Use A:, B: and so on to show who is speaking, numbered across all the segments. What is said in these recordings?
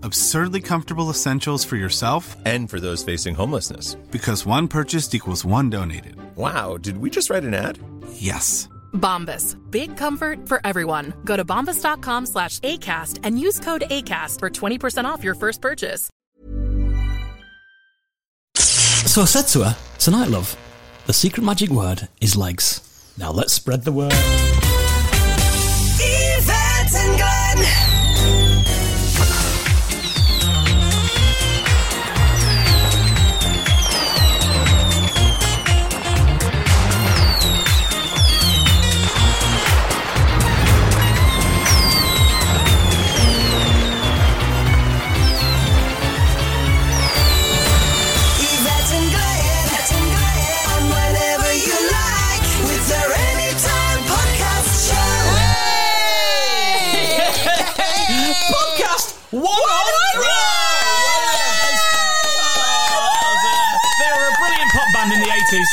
A: Absurdly comfortable essentials for yourself
B: And for those facing homelessness.
A: because one purchased equals one donated.
B: Wow, did we just write an ad?
A: Yes.
C: Bombas. Big comfort for everyone. Go to bombas.com slash ACAST and use code ACAST for 20% off your first purchase.
D: So I said to her, Tonight, love, the secret magic word is legs. Now let's spread the word.
E: Yvette and Glenn. Yvette and Glenn. Yvette and Glenn. On whenever you like with their Anytime Podcast Show.
D: Podcast 100! They were a brilliant pop band in the 80s.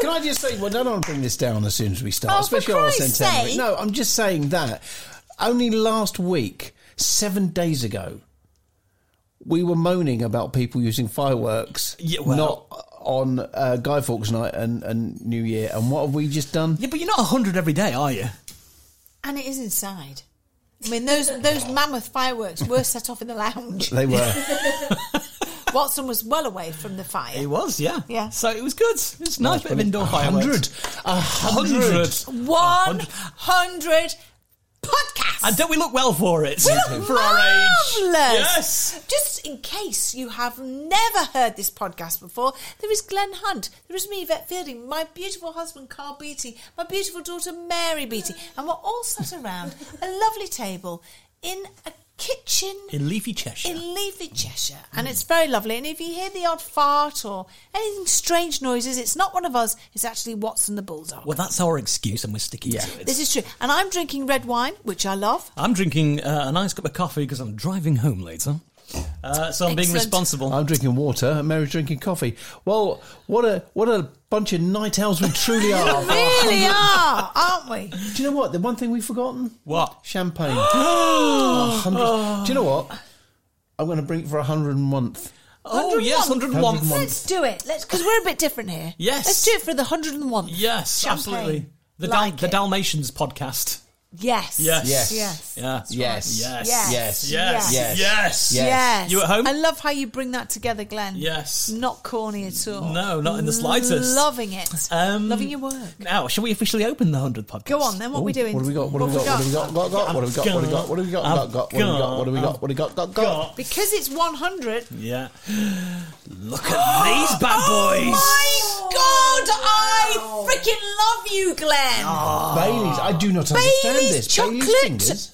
F: Can I just say, well, don't want to bring this down as soon as we start,
G: Oh, for
F: especially on our
G: Christ's
F: centenary.
G: sake.
F: No, I'm just saying that only last week, seven days ago, we were moaning about people using fireworks,
D: Yeah, well-
F: not on uh, Guy Fawkes Night and, and New Year. And what have we just done?
D: Yeah, but you're not 100 every day, are you?
G: And it is inside. I mean, those those mammoth fireworks were set off in the lounge.
F: They were.
G: Watson was well away from the
D: It
G: fire.
D: was, yeah.
G: Yeah.
D: So it was good. It was a nice bit of indoor
F: hundred.
D: fireworks.
F: A hundred.
D: 100.
G: One hundred podcasts.
D: And don't we look well for it?
G: We look
D: for our age.
G: marvellous.
D: Yes.
G: Just in case you have never heard this podcast before, there is Glenn Hunt, there is me, Yvette Fielding, my beautiful husband Carl Beatty, my beautiful daughter Mary Beatty, and we're all sat around a lovely table in a kitchen
D: In leafy Cheshire.
G: in Leafy Cheshire, and it's very lovely. And if you hear the odd fart or anything strange noises, it's not one of us. It's actually Watson the bulldog.
D: well, that's our excuse, and we're sticking to it.
G: this is true. And I'm drinking red wine, which I love.
D: I'm drinking uh, a nice cup of coffee because I'm driving home later. Uh, so I'm being
G: Excellent.
D: responsible.
F: I'm drinking water and Mary's drinking coffee. Well, what a what a bunch of night owls we truly are.
G: We
D: Oh.
G: really are, aren't we?
F: Do you know what? The one thing we've forgotten?
D: What?
F: Champagne. Oh, 100. Do you know what? I'm going to bring it for 101th.
D: Oh, yes, 101.
F: 101.
G: Let's do it. Let's because we're a bit different here.
D: Yes.
G: Let's do it for the hundred and one.
D: Yes,
G: Champagne.
D: absolutely. The,
G: Like
D: Dal- the
G: it.
D: Dalmatians podcast.
G: Yes.
D: Yes.
F: Yes.
G: Yes.
D: Yeah. Yes.
F: Yes. Yes.
G: Yes.
D: Yes.
F: Yes.
D: Yes.
F: Yes.
G: Yes.
D: You at home?
G: I love how you bring that together, Glenn.
D: Yes.
G: Not corny at all.
D: No, not in the slightest.
G: Loving it.
D: Um,
G: Loving your work.
D: Now, shall we officially open the 100 podcast?
G: Go on then. What are we doing?
F: What have we got? What have we
G: have
F: got? What have we got? Got, got? What have we got? What have we got? What have we got? Got, got? What have we got? What have we got? What have we got? Got, got?
G: Because it's one hundred.
D: Yeah. Look at these bad boys.
G: Oh My God, I freaking love you, Glenn.
F: Bailey's. I do not understand
G: uh, Bailey's
F: this.
G: chocolate
F: Ah, Bailey's fingers.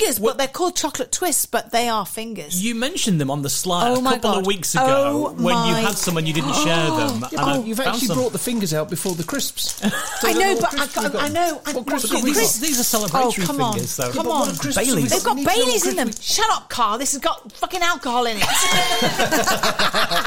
G: fingers, but they're called chocolate twists, but they are fingers.
D: You mentioned them on the slide
G: Oh
D: a
G: my
D: couple
G: God.
D: of weeks ago
G: Oh
D: when you
G: my Oh,
D: had some and you didn't share them. and
F: Yeah,
D: I
F: but you've
D: found
F: actually
D: some.
F: brought the fingers out before the crisps. So
G: I
F: then what
G: know, but
F: crisps
G: I
F: have we
G: got- I know, I-
F: What crisps have
G: Look at
F: we
G: these-
F: got?
D: These are
G: Oh,
D: celebratory
G: come on.
D: fingers, though.
F: but
G: Come
F: what
G: on.
F: crisps
D: Baileys.
F: have we
G: They've got
F: Need to know
G: Baileys
F: what
G: in them.
F: crisps
G: Shut up, Carl. This has got fucking alcohol in it.
F: We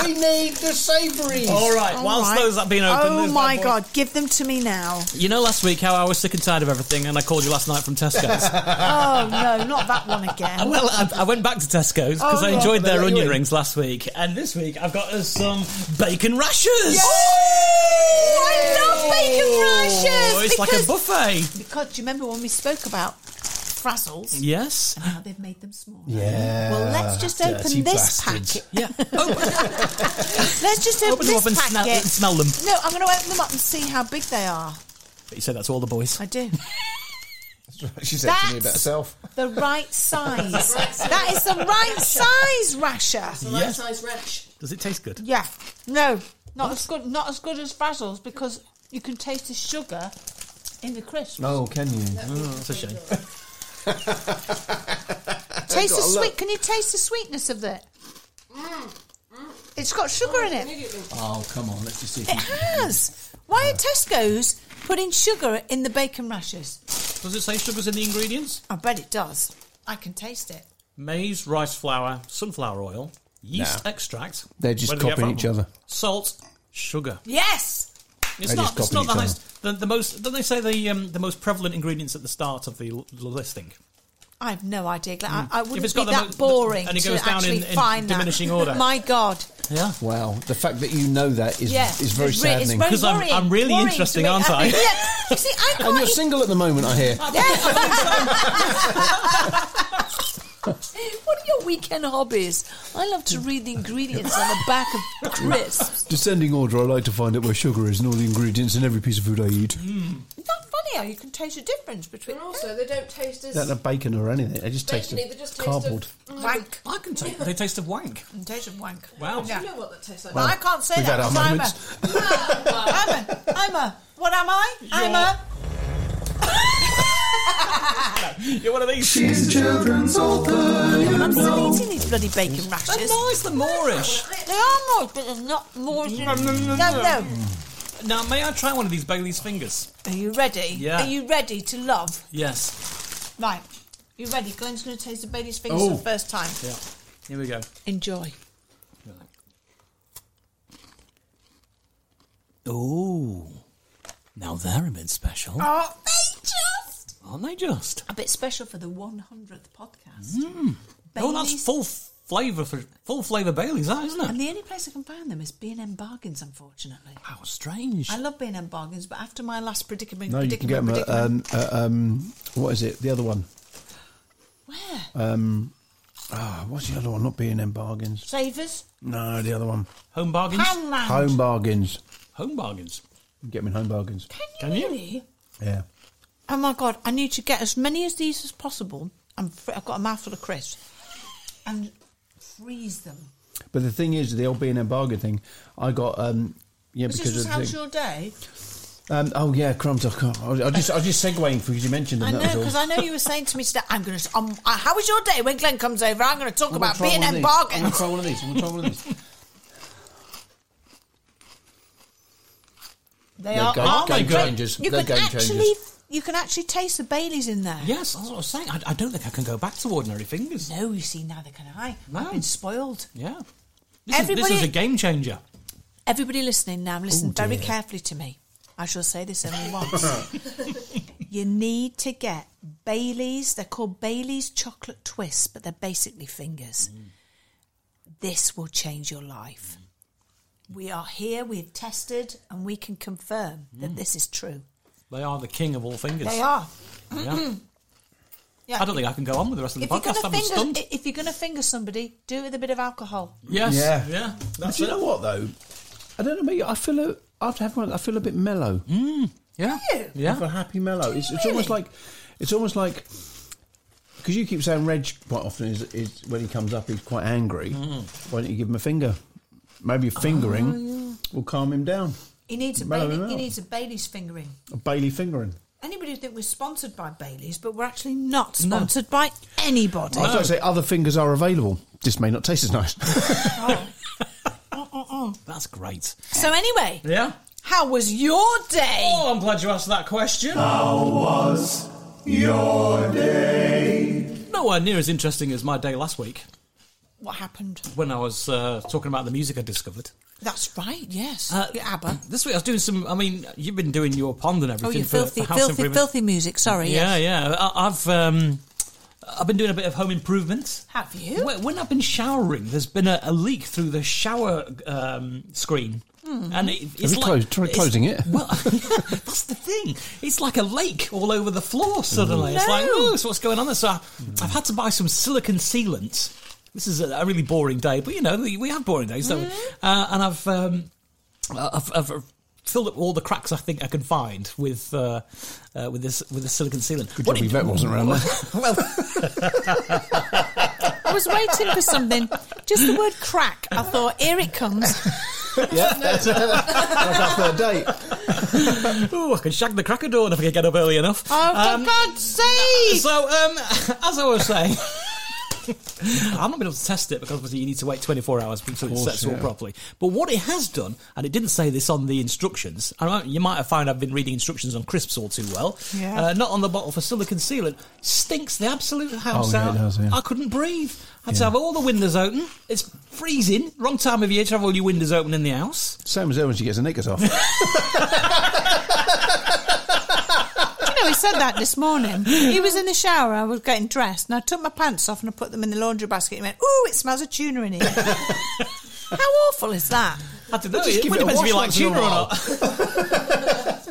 F: we need the savouries.
D: All right,
G: All
D: whilst
G: right.
D: those are being opened.
G: Oh
D: there's bad
G: my
D: boys.
G: God. Give them to me now.
D: You know, last week how I was sick and tired of everything, and I called you last night from Tesco's.
G: Oh, no, not that one again.
D: well, I, I went back to Tesco's because
G: Oh,
D: I
G: right.
D: enjoyed
F: They
D: their
F: let you
D: onion
F: in.
D: rings last week, and this week I've got us some bacon rashers.
G: Oh, I love bacon rashers.
D: Oh, it's like a
G: because-
D: buffet.
G: Because do you remember when we spoke about frazzles?
D: Yes.
G: And how they've made them smaller.
F: Yeah.
G: Well, let's just open
F: Dirty
G: this
F: bastards.
G: packet.
D: Yeah. Oh,
G: Let's just open,
D: open them up and
G: this
D: smell,
G: packet.
D: smell them.
G: No, I'm going to open them up and see how big they are.
D: But you said that's all the boys.
G: I do.
F: She said to me about
G: That's
F: herself.
G: The right size. that is the right size rasher.
D: The right size wrench.
H: Does it taste good?
G: Yeah. No, not as good. Not as good as Frazzles because you can taste the sugar in the crisp.
F: Oh, can you?
H: That's a shame.
G: taste the
F: got a
G: sweet.
F: look.
G: Can you taste the sweetness of it?
D: Mm,
G: It's got sugar in it.
D: Immediately.
F: Oh, come on. Let's just see. If
G: It has. Why are Tesco's putting sugar in the bacon rashers?
D: Does it say sugars in the ingredients?
G: I bet it does. I can taste it.
D: Maize, rice flour, sunflower oil, yeast extract.
F: They're just
D: Where do they get
F: copying
D: from?
F: each other.
D: Salt, sugar.
G: Yes.
D: It's
F: They're
D: not.
F: just
D: It's not
F: copying
D: the
F: each
D: highest. The, the most. Don't they say the um, the most prevalent ingredients at the start of the l- listing?
G: I have no idea. Glenn. I, I wouldn't
D: Mm. it's
G: be
D: got the
G: that
D: mo- the-
G: boring
D: and it
G: to
D: goes down
G: actually
D: in- in
G: find that.
D: diminishing order.
G: My God.
D: Yeah.
F: Wow. The fact that you know that is,
G: Yeah.
F: is very
G: it's re- it's
F: saddening.
G: very
D: 'Cause I'm-
G: worrying-
D: I'm really
G: worrying to
D: interesting,
G: me.
D: aren't I?
G: yeah. You see, I can't
F: and you're
G: eat-
F: single at the moment, I hear.
G: What are your weekend hobbies? I love to read the ingredients on the back of crisps.
F: Descending order, I like to find out where sugar is and all the ingredients in every piece of food I eat.
G: It's not funny how you can taste the difference between.
D: And
G: Also,
D: also, they don't taste as.
F: Is that a bacon or anything? They just taste
D: Bacon,
F: of
D: they just taste of-
F: cardboard.
G: Mm. wank.
D: I can taste. They taste of wank.
G: And taste of wank.
D: Wow.
G: Yeah.
D: Do
G: you know
D: what that tastes like?
G: But I can't say
F: we've had
G: that.
F: our
G: 'cause I'm
F: moments.
G: a, I'm a. I'm a. What am I? I'm a.
D: You're one of these. She's
G: I'm still eating these bloody bacon
D: They're
G: rashers.
D: nice. They're Moorish.
G: They are more, but they're not more than. No, no.
D: Now, may I try one of these Bailey's fingers?
G: Are you ready?
D: Yeah.
G: Are you ready to love?
D: Yes.
G: Right. You ready? Glenn's going to taste the baby's fingers for
D: Oh.
G: the first time.
D: Yeah. Here we go.
G: Enjoy.
H: Ooh. Now they're a bit special,
D: Ah.
G: Oh, they just.
H: aren't they just?
G: A bit special for the 100th podcast.
F: Hmm.
D: Oh, that's
G: Baileys-
D: full flavour for full flavour Bailey's, that isn't
G: And
D: it?
G: the only place I can find them is B&M Bargains, unfortunately.
H: How strange.
G: I love B&M Bargains, but after my last predicament,
F: No, you can
G: predicament,
F: get them at,
G: predicament
F: um, at, um, what is it? The other one.
G: where?
F: Ah, what's the other one? Not B&M Bargains.
G: Savers?
F: No, the other one.
D: Home bargains.
G: Poundland?
F: Home Bargains.
D: Home bargains.
F: You Get them in Home Bargains.
G: Can
D: Can
G: you
D: you?
G: really?
F: Yeah.
G: Oh my God, I need to get as many as these as possible. I'm fr- I've got a mouthful of crisps. And freeze them.
F: But the thing is, the old B&M Bargain thing, I got... Um, yeah,
G: Because
F: because
G: this was
F: of the
G: how's
F: thing.
G: your day?
F: Um, oh yeah, crumbs. I can't. I was I was just, I was just segueing because you mentioned them.
G: I know,
F: that was all.
G: because I know you were saying to me today, I'm going to... Um, uh, how was your day when Glenn comes over? I'm going to talk
F: I'm gonna
G: about
F: try one of
G: B&M
F: these. I'm gonna
G: Bargains.
F: try one of these. I'm gonna try one of these.
G: They
F: They're
G: are
F: game-
G: are
F: game
G: they great?
F: changers.
G: You
F: They're
G: can
F: game
G: actually,
F: changers.
G: you can actually taste the Baileys in there.
D: Yes, that's what I was saying. I, I don't think I can go back to ordinary fingers.
G: No, you see, neither can I. I've
D: No.
G: been spoiled.
D: Yeah. This is, this
G: Everybody-
D: is a game changer.
G: Everybody listening now, listen very carefully to me. I shall say this only once. you need to get Baileys. They're called Baileys chocolate twists, but they're basically fingers. This will change your life. We are here, we've tested, and we can confirm that this is true.
D: They are the king of all fingers.
G: They are.
D: Yeah.
G: Yeah.
D: I don't think I can go on with the rest of the
G: If you're,
D: podcast.
G: gonna
D: I'm stunned.
G: finger, if you're going to finger somebody, do it with a bit of alcohol.
D: yes.
F: Yeah.
D: Yeah. That's
F: Do you
D: it.
F: know what though? I don't know. Mate, I feel a, after having one, I feel a bit mellow.
D: Yeah.
F: I feel
D: Yeah.
F: happy mellow. It's, it's almost like it's almost like because you keep saying Reg quite often is, is when he comes up he's quite angry. Why don't you give him a finger? Maybe a fingering
G: Oh,
F: will calm him down.
G: He needs a
F: Mellow him
G: Bailey, he
F: out.
G: needs a Bailey's fingering.
F: A Bailey fingering.
G: Anybody would think we're sponsored by Bailey's, but we're actually not sponsored by anybody.
F: I was going to say other fingers are available. This may not taste as nice.
G: Oh.
D: That's great.
G: Uh, So anyway,
D: Yeah.
G: how was your day?
D: Oh, I'm glad you asked that question.
A: Your
D: Nowhere near as interesting as my day last week
G: What happened?
D: when I was uh, talking about the music I discovered.
G: That's right. Yes,
D: Uh,
G: Yeah, ABBA.
D: This week I was doing some. I mean, you've been doing your pond and
G: Oh,
D: everything.
G: you
D: for,
G: filthy,
D: for house
G: filthy,
D: improvement.
G: filthy music. Sorry.
D: Yeah,
G: yes.
D: yeah. I, I've um, I've been doing a bit of home improvement.
G: Have you?
D: When, when I've been showering, there's been a, a leak through the shower um, screen, and it, it's like,
F: you closed- tried
D: it's-
F: closing it?
D: Well, that's the thing. It's like a lake all over the floor suddenly. It's like,
G: No.
D: oh, so what's going on? there? So I, I've had to buy some silicon sealant. This is a, a really
G: Mm-hmm.
D: boring day, but you know we we have boring days, don't we? Uh, and I've um, I've, I've filled up all the cracks I think I can find with uh, uh, with this with this silicon sealant.
F: Good
D: What
F: job
D: it-
F: Yvette wasn't around there.
D: well,
G: I was waiting for something. Just the word crack. I thought, here it comes.
F: yeah, that's, that's our third date.
D: ooh, I can shag the cracker door if I can get up early enough.
G: Oh, for
D: Um,
G: God's sake!
D: So, um, as I was saying, I've not been able to test it because obviously you need to wait 24 hours until it
F: course,
D: sets all
F: yeah.
D: properly. But what it has done, and it didn't say this on the instructions, and I- you might have found I've been reading instructions on crisps all too well,
G: Yeah.
D: uh, not on the bottle for silicon sealant, stinks the absolute house
F: Oh, yeah, it
D: out.
F: does, yeah.
D: I couldn't breathe. I had to have all the windows open. It's freezing. Wrong time of year to have all your windows open in the house.
F: Same as her when she gets her knickers off.
G: You know, he said that this morning. He was in the shower. I was getting dressed, and I took my pants off and I put them in the laundry basket. And he went, "Ooh, it smells of tuna in here." How awful is that?
D: I don't know.
F: just
D: It,
F: give
D: it
F: it a
D: depends if you like
F: wash once in a
D: tuna or
F: while.
D: not.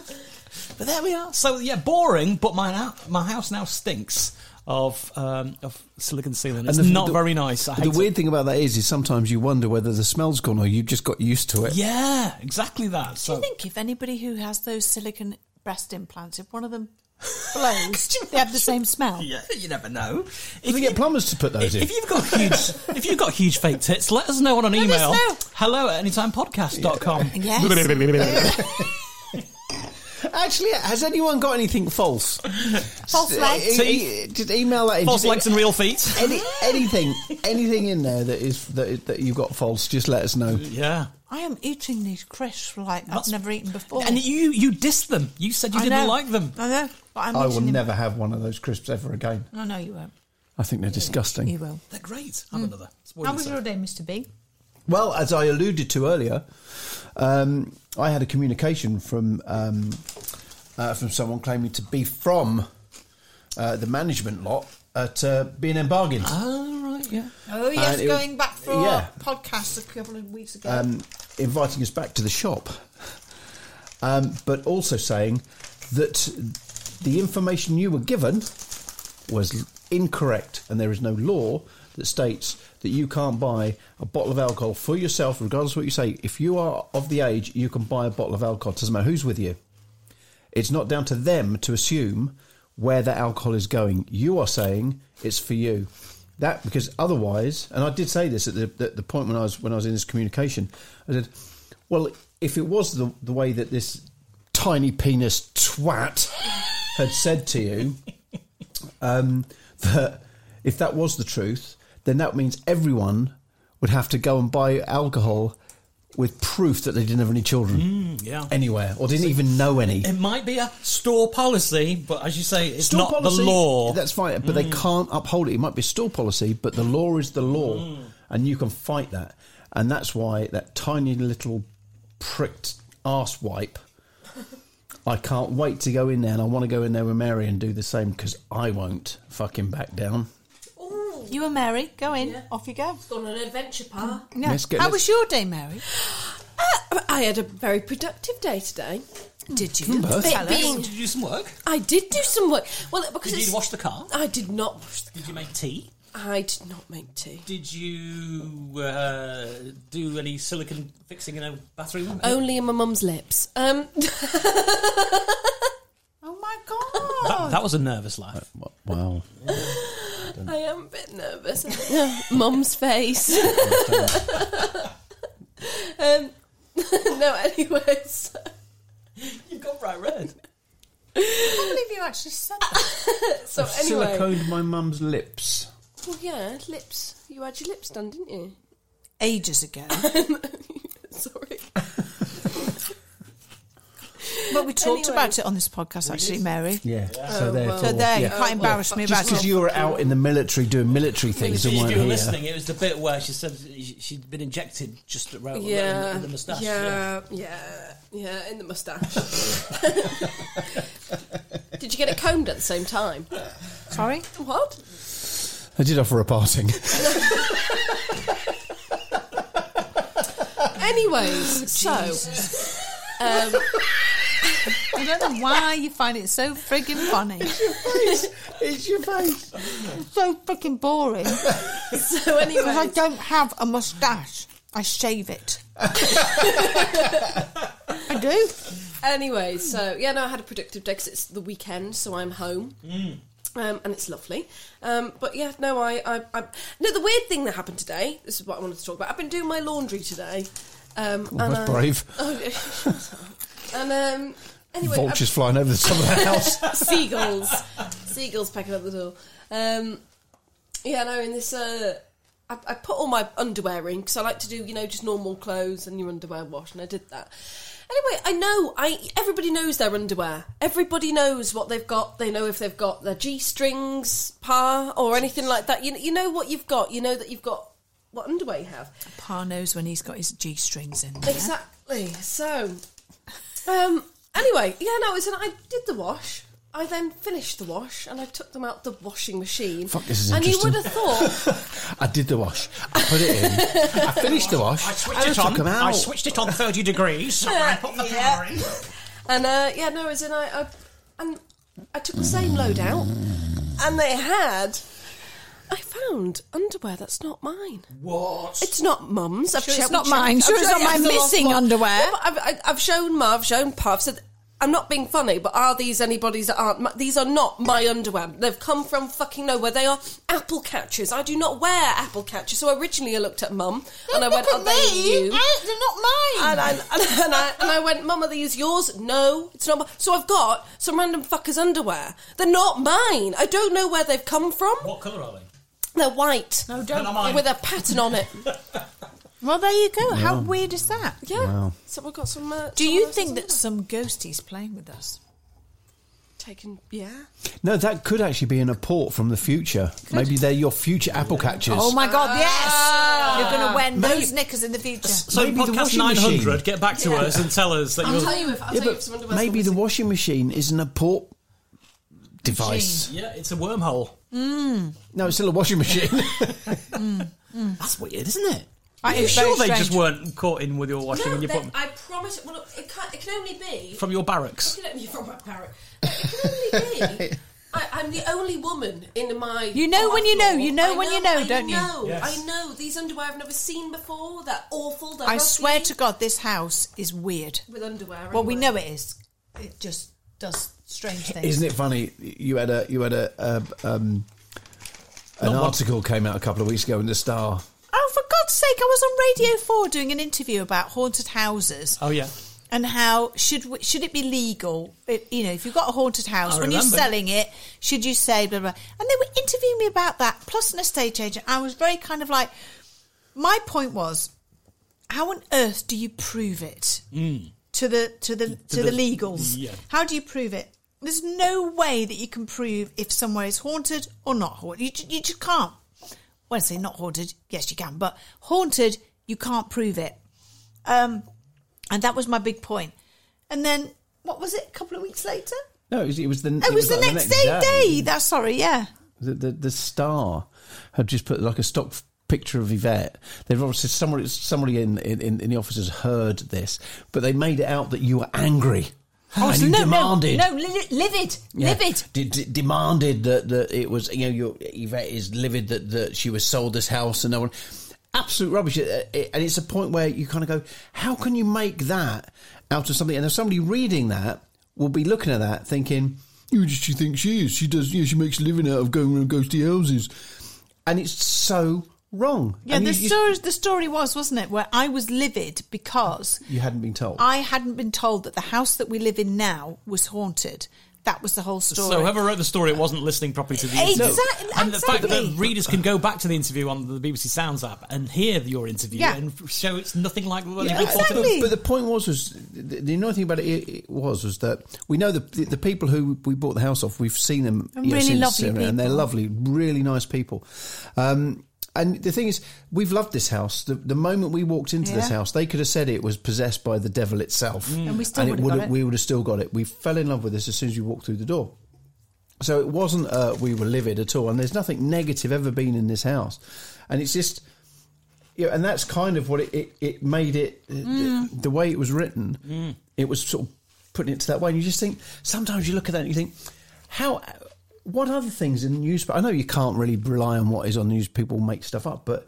D: but there we are. So yeah, boring. But my hou- my house now stinks of um, of silicon sealant. It's
F: the-
D: not
F: the-
D: very nice. I
F: But
D: hate
F: the
D: it.
F: weird thing about that is, is sometimes you wonder whether the smell's gone or you've just got used to it.
D: Yeah, exactly that.
G: Do you
D: So
G: think if anybody who has those silicon breast implants, if one of them blows, they have the same smell?
D: yeah, you never know.
F: If you get plumbers to put those
D: If,
F: in,
D: if you've got huge, if you've got huge fake tits, let us know on an
G: Let us
D: email.
G: know.
D: Hello at anytimepodcast.com.
G: Yes.
F: actually, has anyone got anything false?
G: False legs.
F: E- e- just email that in.
D: False
F: Just e-
D: legs and real feet.
F: Any, anything, anything in there that is that, is- that you've got false, just let us know.
D: Yeah.
G: I am eating these crisps like
D: That's-
G: I've never eaten before.
D: And you you dissed them. You said you
G: I
D: didn't
G: know.
D: like them.
G: I know. But I'm
F: I will
G: eating them.
F: never have one of those crisps ever again.
G: No, no, you won't.
F: I think they're disgusting.
G: You will.
D: They're great. Have another. It's
G: Hmm. How
D: boiling
G: was
D: so-
G: your day, Mr. B?
F: Well, as I alluded to earlier, um, I had a communication from um, uh, from someone claiming to be from uh, the management lot at uh, B&M Bargains.
D: Oh, right, yeah.
G: Oh yes,
F: it was-
G: going back for
F: yeah. Um,
G: our podcast a couple of weeks ago.
F: inviting us back to the shop, um, but also saying that the information you were given was incorrect, and there is no law that states that you can't buy a bottle of alcohol for yourself, regardless of what you say. If you are of the age, you can buy a bottle of alcohol. Doesn't matter who's with you. It's not down to them to assume where that alcohol is going. You are saying it's for you. That because otherwise, and I did say this at the, at the point when I was when I was in this communication, I said, "Well, if it was the the way that this tiny penis twat had said to you, um, that if that was the truth, then that means everyone would have to go and buy alcohol with proof that they didn't have any children
D: Yeah.
F: anywhere or didn't even know any."
D: It might be a store policy, but as you say, it's
F: Store
D: not
F: policy,
D: the law.
F: That's fine, but they can't uphold it. It might be store policy, but the law is the law, and you can fight that. And that's why that tiny little pricked ass wipe. I can't wait to go in there, and I want to go in there with Mary and do the same because I won't fucking back down.
G: you and Mary, go in. Off you go.
I: On an adventure path.
G: Yeah.
F: Let's get-
G: How
F: let's-
G: was your day, Mary?
I: Uh, I had a very productive day today.
G: Did you?
F: Both.
I: Bit
G: Tell us.
I: being-
D: Did you do some work?
I: I did do some work. Well, because
D: Did
I: it's,
D: you wash the car?
I: I did not. wash the-
D: Did you make tea?
I: I did not make tea.
D: Did you uh, do any silicon fixing in a bathroom?
I: Only in my mum's lips. Um,
G: Oh my god!
D: that, that was a nervous laugh.
F: Wow.
I: I am a bit nervous. Mum's face. um, no, anyway, so,
D: You've got bright red.
G: I can't believe you actually said that.
I: so anyway.
F: Siliconed my mum's lips.
I: Well, yeah, lips. You had your lips done, didn't you?
G: Ages ago,
I: Sorry.
G: but we talked
I: Anyway.
G: about it on this podcast actually, Mary.
F: Yeah.
J: Oh,
F: So therefore,
G: So there, you
F: yeah.
I: Oh,
G: can't embarrass me about
F: Just because
G: it.
F: you were out in the military doing military things
D: if
F: and
D: you
F: weren't
D: were
F: here.
D: listening, it was the bit where she said she- she'd been injected just around
I: Yeah.
D: the, in the moustache.
I: Yeah, yeah, yeah, in the mustache. Did you get it combed at the same time?
G: Sorry,
I: What?
F: I did offer a parting.
I: Anyways, so um,
G: I don't know why you find it so frigging funny,
F: it's your face.
G: so freaking boring.
I: so anyway,
G: Because I don't have a moustache. I shave it.
J: I do. Anyway, so yeah, no, I had a productive day because it's the weekend, so I'm home. Um, and it's lovely, um, but yeah, no, I, I, I, no. The weird thing that happened today. This is what I wanted to talk about. I've been doing my laundry today. Um,
F: Oh, that's
J: I-
F: brave.
J: Oh, and um, anyway,
F: Vultures flying over the top of the house.
J: seagulls, seagulls pecking up the door. Um, yeah, no. In this, uh, I, I put all my underwear in because I like to do, you know, just normal clothes and your underwear wash, and I did that. Anyway, I know I everybody knows their underwear. Everybody knows what they've got. They know if they've got their g strings, par, or anything like that. You you know what you've got. You know that you've got what underwear you have.
G: Pa knows when he's got his G strings in. there.
J: Exactly. So, um, anyway, yeah, no, it's an, I did the wash. I then finished the wash and I took them out the washing machine.
F: Fuck, this is
J: and you
F: interesting.
J: would have thought,
F: I did the wash. I put it in. I finished the wash.
D: I switched
F: and
D: it
F: I
D: on.
F: took 'em out.
D: I switched it on thirty degrees. So I put the
J: Yeah.
D: power in.
J: and uh, yeah, no, it's an I, I and I took the same load out, and they had. I found underwear that's not mine.
D: What?
J: It's not mum's. I've
G: Sure it's
J: shown-
G: not
J: I've
G: mine.
J: shown-
G: Sure
J: I've
G: it's
J: shown
G: not my
J: you the last
G: missing
J: one.
G: underwear.
J: Yeah, but I've, I- I've shown Ma, I've shown Pa. I've said, I'm not being funny, but are these anybody's that aren't? My, these are not my underwear. They've come from fucking nowhere. They are apple catchers. I do not wear apple catchers. So originally I looked at Mum and I went, "Oh,
G: Look
J: Are
G: at
J: they
G: me.
J: you?
G: I- they're not mine.
J: And I, and, I, and I went, Mum, are these yours? No, it's not. My-. So I've got some random fucker's underwear. They're not mine. I don't know where they've come from.
D: What colour are they?
J: They're white.
G: No,
D: Not
G: don't.
D: mine.
J: With a pattern on it.
G: Well, there you go. How weird is that?
J: Yeah. So we've got some. Uh,
G: Do
J: some
G: you
J: of
G: think
J: those
G: that some ghosties playing with us?
J: taken? Yeah.
F: No, that could actually be an apport from the future. Maybe they're your future apple catchers.
G: Oh my God!
J: Ah.
G: Yes, you're going to wear those knickers in the future.
D: So
F: Maybe the
D: podcast
F: washing
D: nine
F: machine.
D: hundred, get back to us and tell us that
J: I'll
D: you're.
J: tell you if I'll
F: Yeah,
J: tell you if some
F: but
J: underwear's
F: maybe the
J: not
F: washing machine is an apport device.
D: Yeah, it's a wormhole.
F: No, it's still a washing machine.
D: That's weird, isn't it?
G: I
D: Are you sure they just weren't caught in with your
J: missing.
D: washing and you
J: No,
D: put
J: then,
D: them
J: I promise. It, well, look, it can, it can only be.
D: from your barracks?
J: you know, you're from my parrot. No, It can only be. I, I'm the only woman in my.
G: You know
J: on my
G: when you know,
J: floor.
G: you know
J: I
G: when you know,
J: I
G: don't you?
J: know,
D: Yes.
J: I know. These underwear I've never seen before. They're awful. They're
G: I swear
J: ugly.
G: to God, this house is weird.
J: With underwear.
G: Well, we
J: anyway.
G: know it is. It just does strange things.
F: Isn't it funny? You had a you had a, a um, an article came out a couple of weeks ago in the Star.
G: Oh, for God's sake! I was on Radio Four doing an interview about haunted houses
D: Oh yeah.
G: and how should w- should it be legal? It, you know, if you've got a haunted house
D: I
G: when you're
D: remember.
G: selling it, should you say blah blah? And they were interviewing me about that, plus an estate agent. I was very kind of like, my point was, how on earth do you prove it to the to the to, the,
D: Mm. the-
G: legals?
D: yeah.
G: How do you prove it? There's no way that you can prove if somewhere is haunted or not haunted. You, ju- you just can't. When I say not haunted, yes, you can, but haunted, you can't prove it. Um, and that was my big point. And then what was it? A couple of weeks later,
F: No, it was, it was the it,
G: it, was, the,
F: like
G: next day. day. That's sorry, yeah.
F: The, the the Star had just put like a stock picture of Yvette. They've obviously somebody somebody in in, in in the office has heard this, but they made it out that you were angry and you
G: Oh, no,
F: demanded.
G: no, no, li- livid,
F: Yeah.
G: livid.
F: De- de- demanded that, that it was you know your Yvette is livid that, that she was sold this house and no one absolute rubbish Uh, it- and it's a point where you kind of go how can you make that out of something and if somebody reading that will be looking at that thinking who does she think she is she does you know, she makes a living out of going around ghosty houses and it's so wrong
G: Yeah,
F: And
G: the
F: you, you-
G: story the story was, wasn't it, where I was livid because
F: you hadn't been told
G: I hadn't been told that the house that we live in now was haunted. That was the whole story.
D: So whoever wrote the story, it wasn't listening properly to the interview.
G: Exactly-
D: And the fact
G: exactly.
D: that readers can go back to the interview on the BBC Sounds app and hear your interview
G: Yeah.
D: and show it's nothing like what
F: Yeah,
D: they reported.
G: exactly.
F: But, but the point was, was the, the annoying thing about it, it was, was that we know the, the the people who we bought the house off. We've seen them,
G: And
F: you know,
G: really
F: since,
G: lovely
F: uh, and they're
G: people.
F: lovely, really nice people. Um, and the thing is, we've loved this house. The, the moment we walked into this
G: Yeah.
F: house, they could have said it was possessed by the devil itself,
G: And we still
F: it
G: would've got it.
F: we would have still got it. We fell in love with this as soon as you walked through the door. So it wasn't uh, we were livid at all, and there's nothing negative ever been in this house, and it's just, you know, and that's kind of what it it, it made it the, the way it was written. It was sort of putting it to that way, and you just think sometimes you look at that and you think how what other things in newspaper? I know you can't really rely on what is on news. People make stuff up, but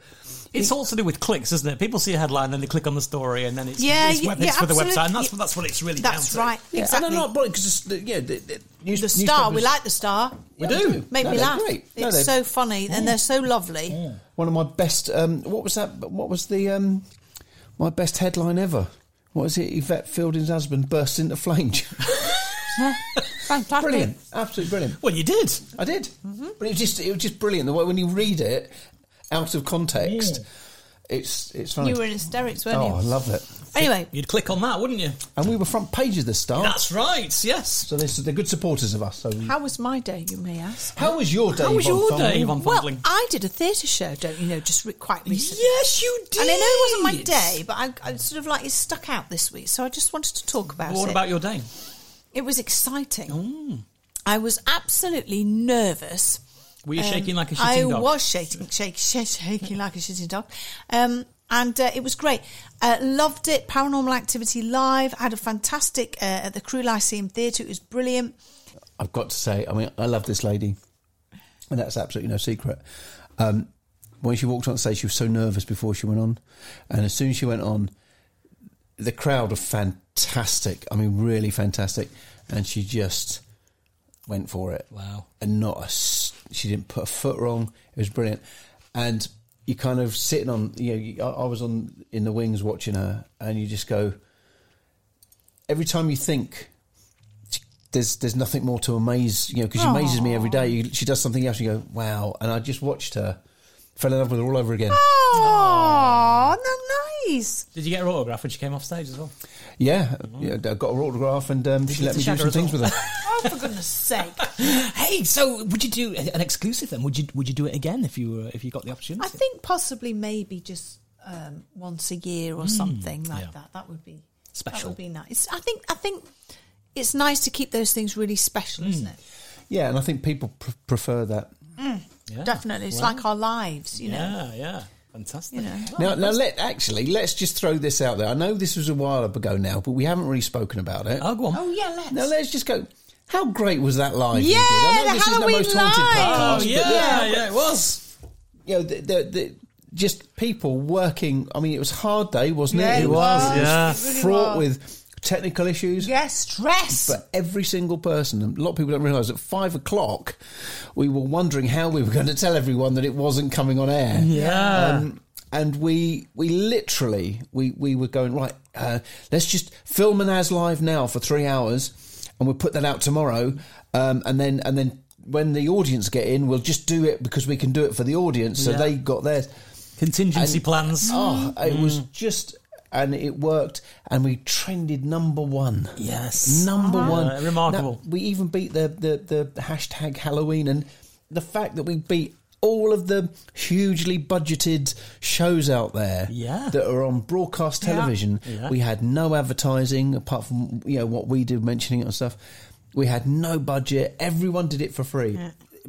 D: It's all to do with clicks, isn't it? People see a headline, then they click on the story, and then it's,
F: Yeah,
D: it's,
F: yeah,
D: web-
F: yeah,
D: it's for the
F: absolutely.
D: website, and that's, that's what it's really
G: That's
D: down to.
G: right. exactly.
F: And I'm not because yeah, the, the, news,
G: the star. We
F: newspapers-
G: like the star.
F: We do.
G: Make
F: No,
G: me
F: they're
G: laugh.
F: great. No,
G: It's
F: they're-
G: so funny, and they're so lovely.
F: One of my best. Um, what was that? What was the um, my best headline ever? What is it? Yvette Fielding's husband bursts into flames.
G: Fantastic.
F: Brilliant, absolutely brilliant.
D: Well, you did.
F: I did,
G: Mm-hmm.
F: but it was just it was just brilliant. The way when you read it out of context, it's it's funny.
G: You were in hysterics, weren't
F: oh,
G: you?
F: I love it.
G: Anyway,
D: You'd click on that, wouldn't you?
F: And we were front page of the star.
D: That's right. Yes. So
F: they're, they're good supporters of us. So we-
G: how was my day? You may ask.
F: How was your day,
G: How was
F: Yvonne
G: your
F: Fondling?
G: day,
F: Yvonne
G: Well,
F: Fondling?
G: I did a theatre show, don't you know, just re- quite recently.
D: Yes, you
G: And I know it wasn't my day, but I, I sort of like it stuck out this week, so I just wanted to talk about
D: Well,
G: it.
D: what about your Mm. day?
G: It was exciting. I was absolutely nervous.
D: Were you shaking like a shitting
G: I
D: dog?
G: was shaking, shake, shake, shaking like a shitting dog. Um, and uh, it was great. Uh, loved it. Paranormal Activity Live. had a fantastic uh, at the Crew Lyceum Theatre. It was brilliant.
F: I've got to say, I mean, I love this lady, and that's absolutely no secret. Um, when she walked on stage, she was so nervous before she went on, and as soon as she went on, the crowd are fantastic. I mean, really fantastic, and she just went for it.
D: Wow!
F: And not a, s- she didn't put a foot wrong. It was brilliant, and you kind of sitting on. You know, you, I, I was on in the wings watching her, and you just go. Every time you think there's there's nothing more to amaze you know because she amazes me every day. You, she does something else, you go wow, and I just watched her, fell in love with her all over again.
G: Ah. Oh, no, nice.
D: Did you get her autograph when she came off stage as well?
F: Yeah, yeah, I got her autograph and um, she
D: you
F: let me do
D: shag her
F: some
D: as
F: things
D: well?
F: with her.
G: Oh, for goodness sake.
D: Hey, so would you do an exclusive then? Would you would you do it again if you were if you got the opportunity?
G: I think possibly maybe just um, once a year or
D: Mm,
G: something like
D: yeah.
G: that. That would be That
D: Special.
G: would be nice. I think. I think it's nice to keep those things really special, isn't it?
F: Yeah, and I think people pr- prefer that.
G: Mm,
D: Yeah.
G: Definitely, it's
D: Well.
G: like our lives, you know.
D: Yeah, yeah, fantastic.
G: You know.
F: Now, now let actually let's just throw this out there. I know this was a while ago now, but we haven't really spoken about it.
D: Oh, go on.
G: Oh yeah, let's.
F: Now let's just go. How great was that live? we
G: Yeah,
F: did? I know
G: the
F: this
G: Halloween
F: isn't the most
G: live.
F: haunted podcast.
G: Oh,
F: but
G: yeah,
D: yeah, it was.
F: You know, the, the, the, just people working. I mean, it was a hard day, wasn't
G: Yeah,
F: it?
G: it was.
D: Yeah.
G: It really
F: fraught
G: was.
F: with technical issues.
G: Yes, stress.
F: But every single person, and a lot of people don't realise, at five o'clock, we were wondering how we were going to tell everyone that it wasn't coming on air. Um,
D: Yeah.
F: and we we literally we we were going right. Uh, let's just film an as live now for three hours, and we'll put that out tomorrow. Um, and then and then when the audience get in, we'll just do it because we can do it for the audience. So
D: Yeah.
F: they got theirs.
D: Contingency
F: And-
D: plans.
F: Oh, it was
D: Mm.
F: just. And it worked, and we trended number one.
D: Yes.
F: number
D: Uh-huh.
F: one.
D: Uh, remarkable.
F: Now, we even beat the, the the hashtag Halloween, and the fact that we beat all of the hugely budgeted shows out there
D: Yeah.
F: that are on broadcast
D: Yeah.
F: television.
D: Yeah.
F: We had no advertising apart from you know what we do mentioning it and stuff. We had no budget. Everyone did it for free.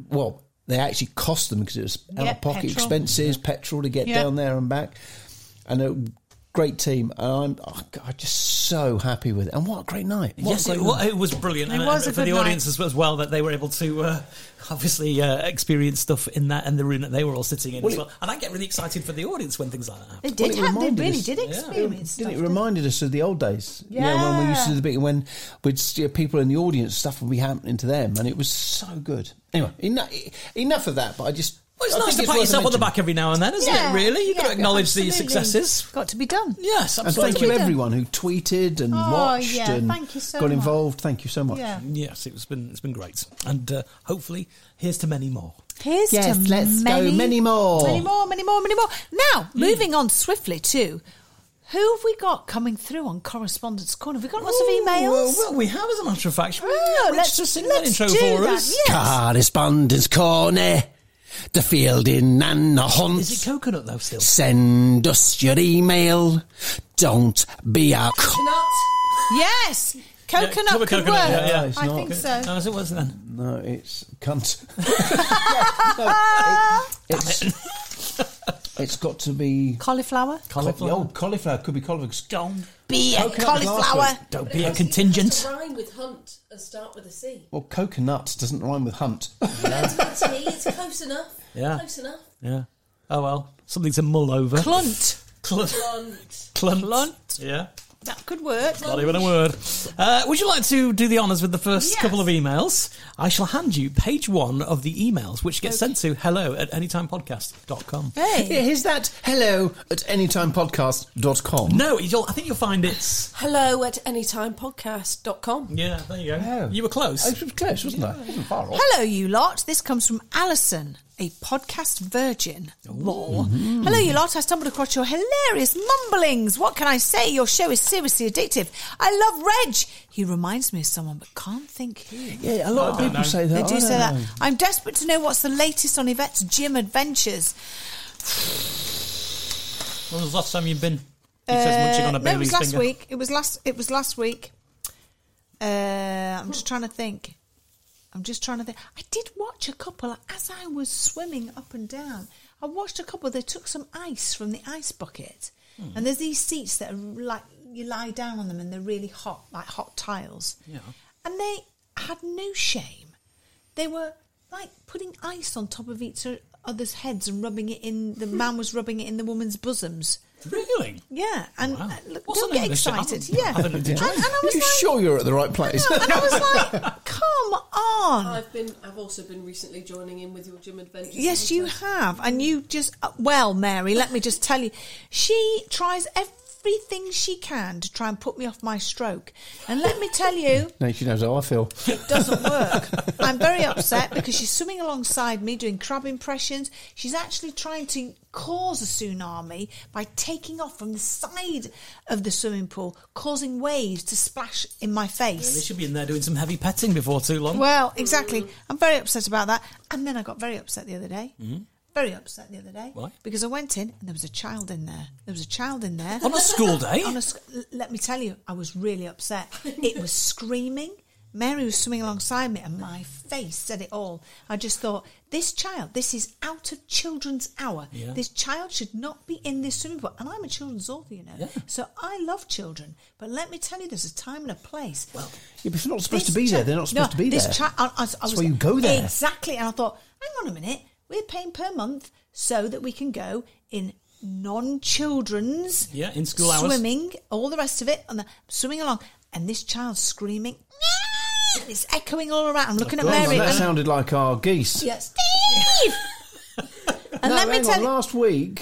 F: Well, they actually cost them because it was
G: Yeah,
F: out of pocket
G: petrol.
F: expenses, petrol to get
G: Yeah.
F: down there and back, and a great team. And I'm oh, God, I'm just so happy with it. And what a great night! What a
D: yes,
F: great
D: it,
F: night.
D: wa- it was brilliant.
G: It
D: and,
G: was
D: and
G: a
D: for
G: good
D: the
G: night.
D: audience as, as well that they were able to uh, obviously uh, experience stuff in that and the room that they were all sitting in
F: Well,
D: as
F: it-
D: well. And I get really excited for the audience when things like that happen.
G: They did
F: it
G: have. They
F: reminded
G: really
F: us-
G: did
F: Yeah.
G: experience.
F: Didn't it
G: stuff.
F: reminded us of the old days? You know, when we used to do the bit when we'd see people in the audience, stuff would be happening to them, and it was so good. Anyway, enough, enough of that. But I just
D: Well, it's
F: I
D: nice
F: think
D: to pat
F: worth a
D: yourself on the
F: mention.
D: back every now and then, isn't
G: Yeah,
D: it? Really, you've got
G: yeah,
D: to acknowledge
G: absolutely.
D: the successes.
G: Got to be done.
D: Yes,
F: And
D: absolutely.
F: thank you everyone who tweeted and
G: Oh,
F: watched
G: yeah,
F: and
G: thank you so
F: got
G: much.
F: involved. Thank you so much.
G: Yeah.
D: Yes, it's been it's been great, and uh, hopefully, here's to many more.
G: Here's
F: Yes,
G: to
F: let's go.
G: many,
F: Many more.
G: many more, many more, many more. Now,
D: Hmm.
G: moving on swiftly to who have we got coming through on Correspondence Corner? Have we got lots of
D: Ooh,
G: emails?
D: Well, we have, as a matter of fact. Should we,
G: Oh,
D: uh, Rich,
G: let's-
D: just sing that
G: let's
D: intro
G: do
D: for
G: that,
D: us.
G: yeah.
K: Correspondence corner, the fielding and the hunt.
D: Is it coconut though? Still.
K: Send us your email. Don't be a c-
G: yes, coconut
D: cover
G: could
D: coconut,
G: work.
D: yeah, yeah.
F: It's
G: I
F: not.
G: think so.
D: Oh, is it was then?
F: No, it's cunt.
G: Ah,
F: It's, It's got to be
G: cauliflower.
F: Cauliflower. Oh, cauliflower could be cauliflower.
D: Don't
G: be
F: a cauliflower. Don't be a contingent.
J: It's a rhyme with hunt and start with a C.
F: Well, coconut doesn't rhyme with hunt.
J: That's with a T. It's close enough.
D: Yeah.
J: Close enough.
D: Yeah. Oh well, something to mull over.
G: Clunt.
D: Clunt.
J: Blunt.
D: Clunt. Yeah.
G: That could work.
D: Not even a word. Uh, would you like to do the honours with the first couple of emails? I shall hand you page one of the emails, which gets sent to hello at anytimepodcast.com.
G: Hey.
F: Yeah, here's that hello at anytimepodcast.com.
D: No, you'll, I think you'll find it's.
J: Hello at anytimepodcast.com.
D: Yeah, there you go. You were close.
F: I Oh, was close, wasn't I? Wasn't far off.
G: Hello, you lot. This comes from Alison, a podcast virgin. Lol.
F: Mm-hmm.
G: Hello, you lot. I stumbled across your hilarious mumblings. What can I say? Your show is seriously addictive. I love Reg. He reminds me of someone, but can't think who.
F: Yeah, a lot of people say that.
G: They
F: I
G: do
F: don't
G: say that.
F: know.
G: I'm desperate to know what's the latest on Yvette's gym adventures.
D: When was the last time you've been? He says munching on a
G: Uh, no, it
D: baby's
G: was last
D: finger.
G: week. It was last. It was last week. Uh, I'm just trying to think. I'm just trying to think. I did watch a couple as I was swimming up and down. I watched a couple. They took some ice from the ice bucket,
D: Hmm.
G: and there's these seats that are like you lie down on them, and they're really hot, like hot tiles.
D: Yeah.
G: And they had no shame. They were like putting ice on top of each other's heads and rubbing it in. The man was rubbing it in the woman's bosoms.
D: Really?
G: Yeah, and
D: Wow.
G: uh, look,
D: What's
G: don't
D: the name
G: get
D: of the show? I
G: excited.
D: haven't- I
G: Yeah,
D: haven't
G: and,
D: enjoyed
G: and I
F: Are
G: was
F: you
G: like,
F: sure you're at the right place?
G: and I was like, come
D: Oh,
G: on.
J: I've been. I've also been recently joining in with your gym adventures.
G: Yes, you have, and you just uh, well, Mary. Let me just tell you, she tries everything she can to try and put me off my stroke, and let me tell you,
F: no, she knows how I feel.
G: it doesn't work. I'm very upset because she's swimming alongside me doing crab impressions. She's actually trying to cause a tsunami by taking off from the side of the swimming pool, causing waves to splash in my
D: They
G: face.
D: should be in there doing some heavy petting before too long.
G: Well, exactly. I'm very upset about that. And then I got very upset the other day. Very upset the other day.
D: Mm-hmm. Why?
G: Because I went in and there was a child in there. There was a child in there.
D: On a school day?
G: On a sc- l- let me tell you, I was really upset. It was screaming. Mary was swimming alongside me, and my face said it all. I just thought, this child, this is out of children's hour.
D: Yeah.
G: This child should not be in this swimming pool. And I'm a children's author, you know.
D: Yeah.
G: So I love children. But let me tell you, there's a time and a place. Well,
F: Yeah, but they're not supposed to be there. They're not supposed to be
G: this
F: there.
G: chi- I, I, I was-
F: why you go there.
G: Exactly. And I thought, hang on a minute, we're paying per month so that we can go in non children's
D: Yeah, in school hours.
G: swimming, all the rest of it, and the, swimming along. And this child's screaming, and it's echoing all around. I'm looking at
F: Hang on,
G: Mary.
F: that
G: and,
F: sounded like our geese.
G: yeah, Steve! and
F: no,
G: let
F: hang
G: me
F: on.
G: tell you. Uh-huh.
F: Last week,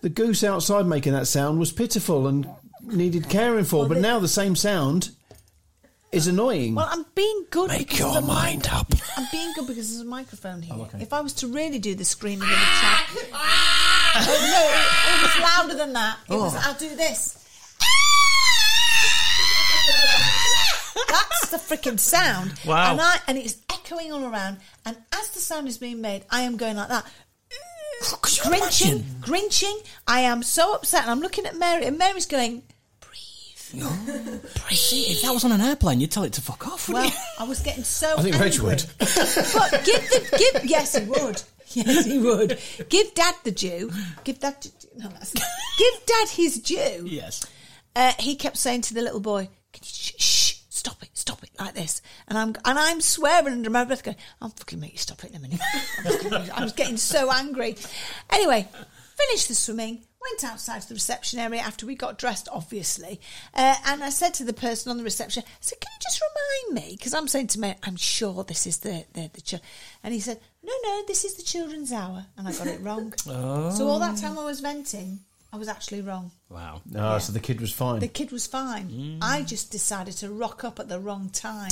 F: the goose outside making that sound was pitiful and needed caring for, but now the same sound is annoying.
G: Well, I'm being good.
K: Make
G: because
K: your
G: of the mic-
K: mind up.
G: I'm being good because there's a microphone here.
F: okay.
G: If I was to really do the screaming in the chat, no, it, it was louder than that. It was. I'll do this. That's the freaking sound.
D: Wow.
G: And I and it's echoing all around. And as the sound is being made, I am going like that. Grinching, grinching. I am so upset, and I'm looking at Mary, and Mary's going.
D: See, if that was on an airplane, you'd tell it to fuck off, wouldn't
G: Well,
D: you?
G: I was getting so.
F: I think Reg
G: angry.
F: would.
G: but give the give. Yes, he would. Yes, he would. Give Dad the Jew. Give that. No, that's, give Dad his Jew.
D: Yes.
G: Uh, he kept saying to the little boy, "Can you shh, shh stop it, stop it like this?" And I'm and I'm swearing under my breath, going, "I'll fucking make you stop it in a minute." I'm fucking make you- I was getting so angry. Anyway, finished the swimming. Went outside to the reception area after we got dressed, obviously, uh, and I said to the person on the reception, "I said, can you just remind me? Because I'm saying to me, I'm sure this is the the, the chil-. and he said, "No, no, this is the children's hour," and I got it wrong. So all that time I was venting, I was actually wrong.
D: Wow.
F: no, Ah, so the kid was fine.
G: The kid was fine. I just decided to rock up at the wrong time.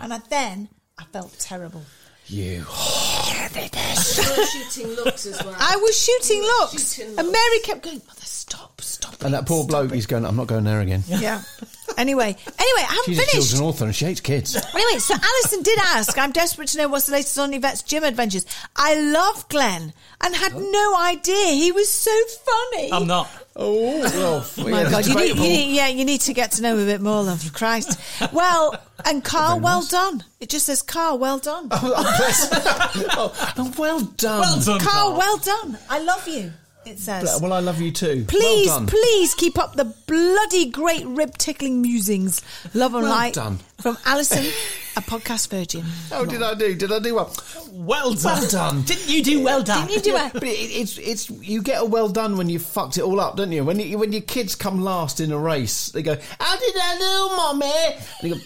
G: And I, then I felt terrible.
F: you.
J: You're shooting looks as well.
G: I was shooting looks.
J: Shooting
G: And
J: looks.
G: Mary kept going, Mother, stop, stop.
F: And
G: it,
F: that poor
G: stop
F: bloke,
G: it."
F: he's going, I'm not going there again.
G: Yeah. anyway, anyway, I haven't
F: She's a
G: finished.
F: children's author and she hates kids.
G: Anyway, so Alison did ask, I'm desperate to know what's the latest on Yvette's gym adventures. I love Glenn and had no idea. He was so funny.
D: I'm not.
F: Oh, well,
G: Oh my God, you need, you need, yeah, you need to get to know him a bit more, love of Christ. Well, and Carl, well done. It just says Carl, well done.
F: oh, well done.
D: Well done.
G: Carl, well done. I love you. It says.
F: Well, I love you too.
G: Please,
F: well done.
G: please keep up the bloody great rib tickling musings. Love and
F: Well
G: light
F: done.
G: from Alison, a podcast virgin.
F: How Oh, did I do? Did I do well?
D: Well
F: Well done.
D: Didn't you do well done?
G: Didn't you do well?
F: But it, it's it's you get a well done when you fucked it all up, don't you? When you, when your kids come last in a race, they go, "How did I do, mommy?" And you go,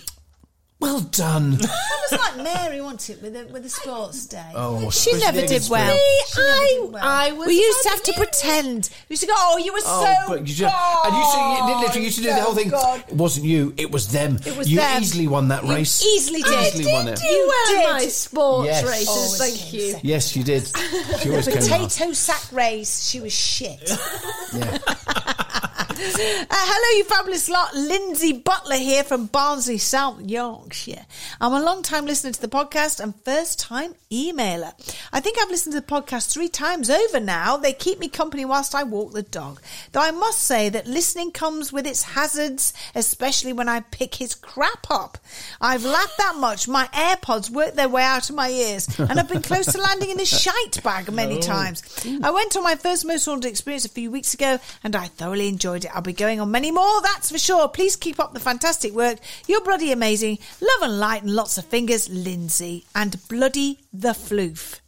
F: "Well done."
G: That was like Mary, wasn't it, with the, with the sports day?
F: Oh,
G: she
F: Especially
G: never did
F: against
G: well.
F: me.
G: She never
J: I-
G: did well.
J: I was
G: We used to
J: better
G: have to
J: than you.
G: pretend. We used to go, "Oh, you were so."
F: but you just, and you used to, you,
G: good."
F: literally you used to do the whole thing.
G: God.
F: It wasn't you; it was them.
G: It was
F: you
G: them.
F: easily won that
G: You
F: race.
G: easily did.
F: Easily
G: I
F: won
G: did
F: it.
G: do You
J: well,
G: did.
J: my sports
F: Yes.
J: races,
G: Always
J: thank
G: came
J: you.
F: Yes, you did. She always
G: The
F: came last.
G: potato sack race. She was shit.
F: Yeah.
G: Uh, hello, you fabulous lot. Lindsay Butler here from Barnsley, South Yorkshire. I'm a long time listener to the podcast and first time emailer. I think I've listened to the podcast three times over now. They keep me company whilst I walk the dog. Though I must say that listening comes with its hazards, especially when I pick his crap up. I've laughed that much. My AirPods worked their way out of my ears, and I've been close to landing in a shite bag many times. I went on my first motor haunted experience a few weeks ago, and I thoroughly enjoyed it. I'll be going on many more, that's for sure. Please keep up the fantastic work. You're bloody amazing. Love and light and lots of fingers, Lindsay. And bloody the floof.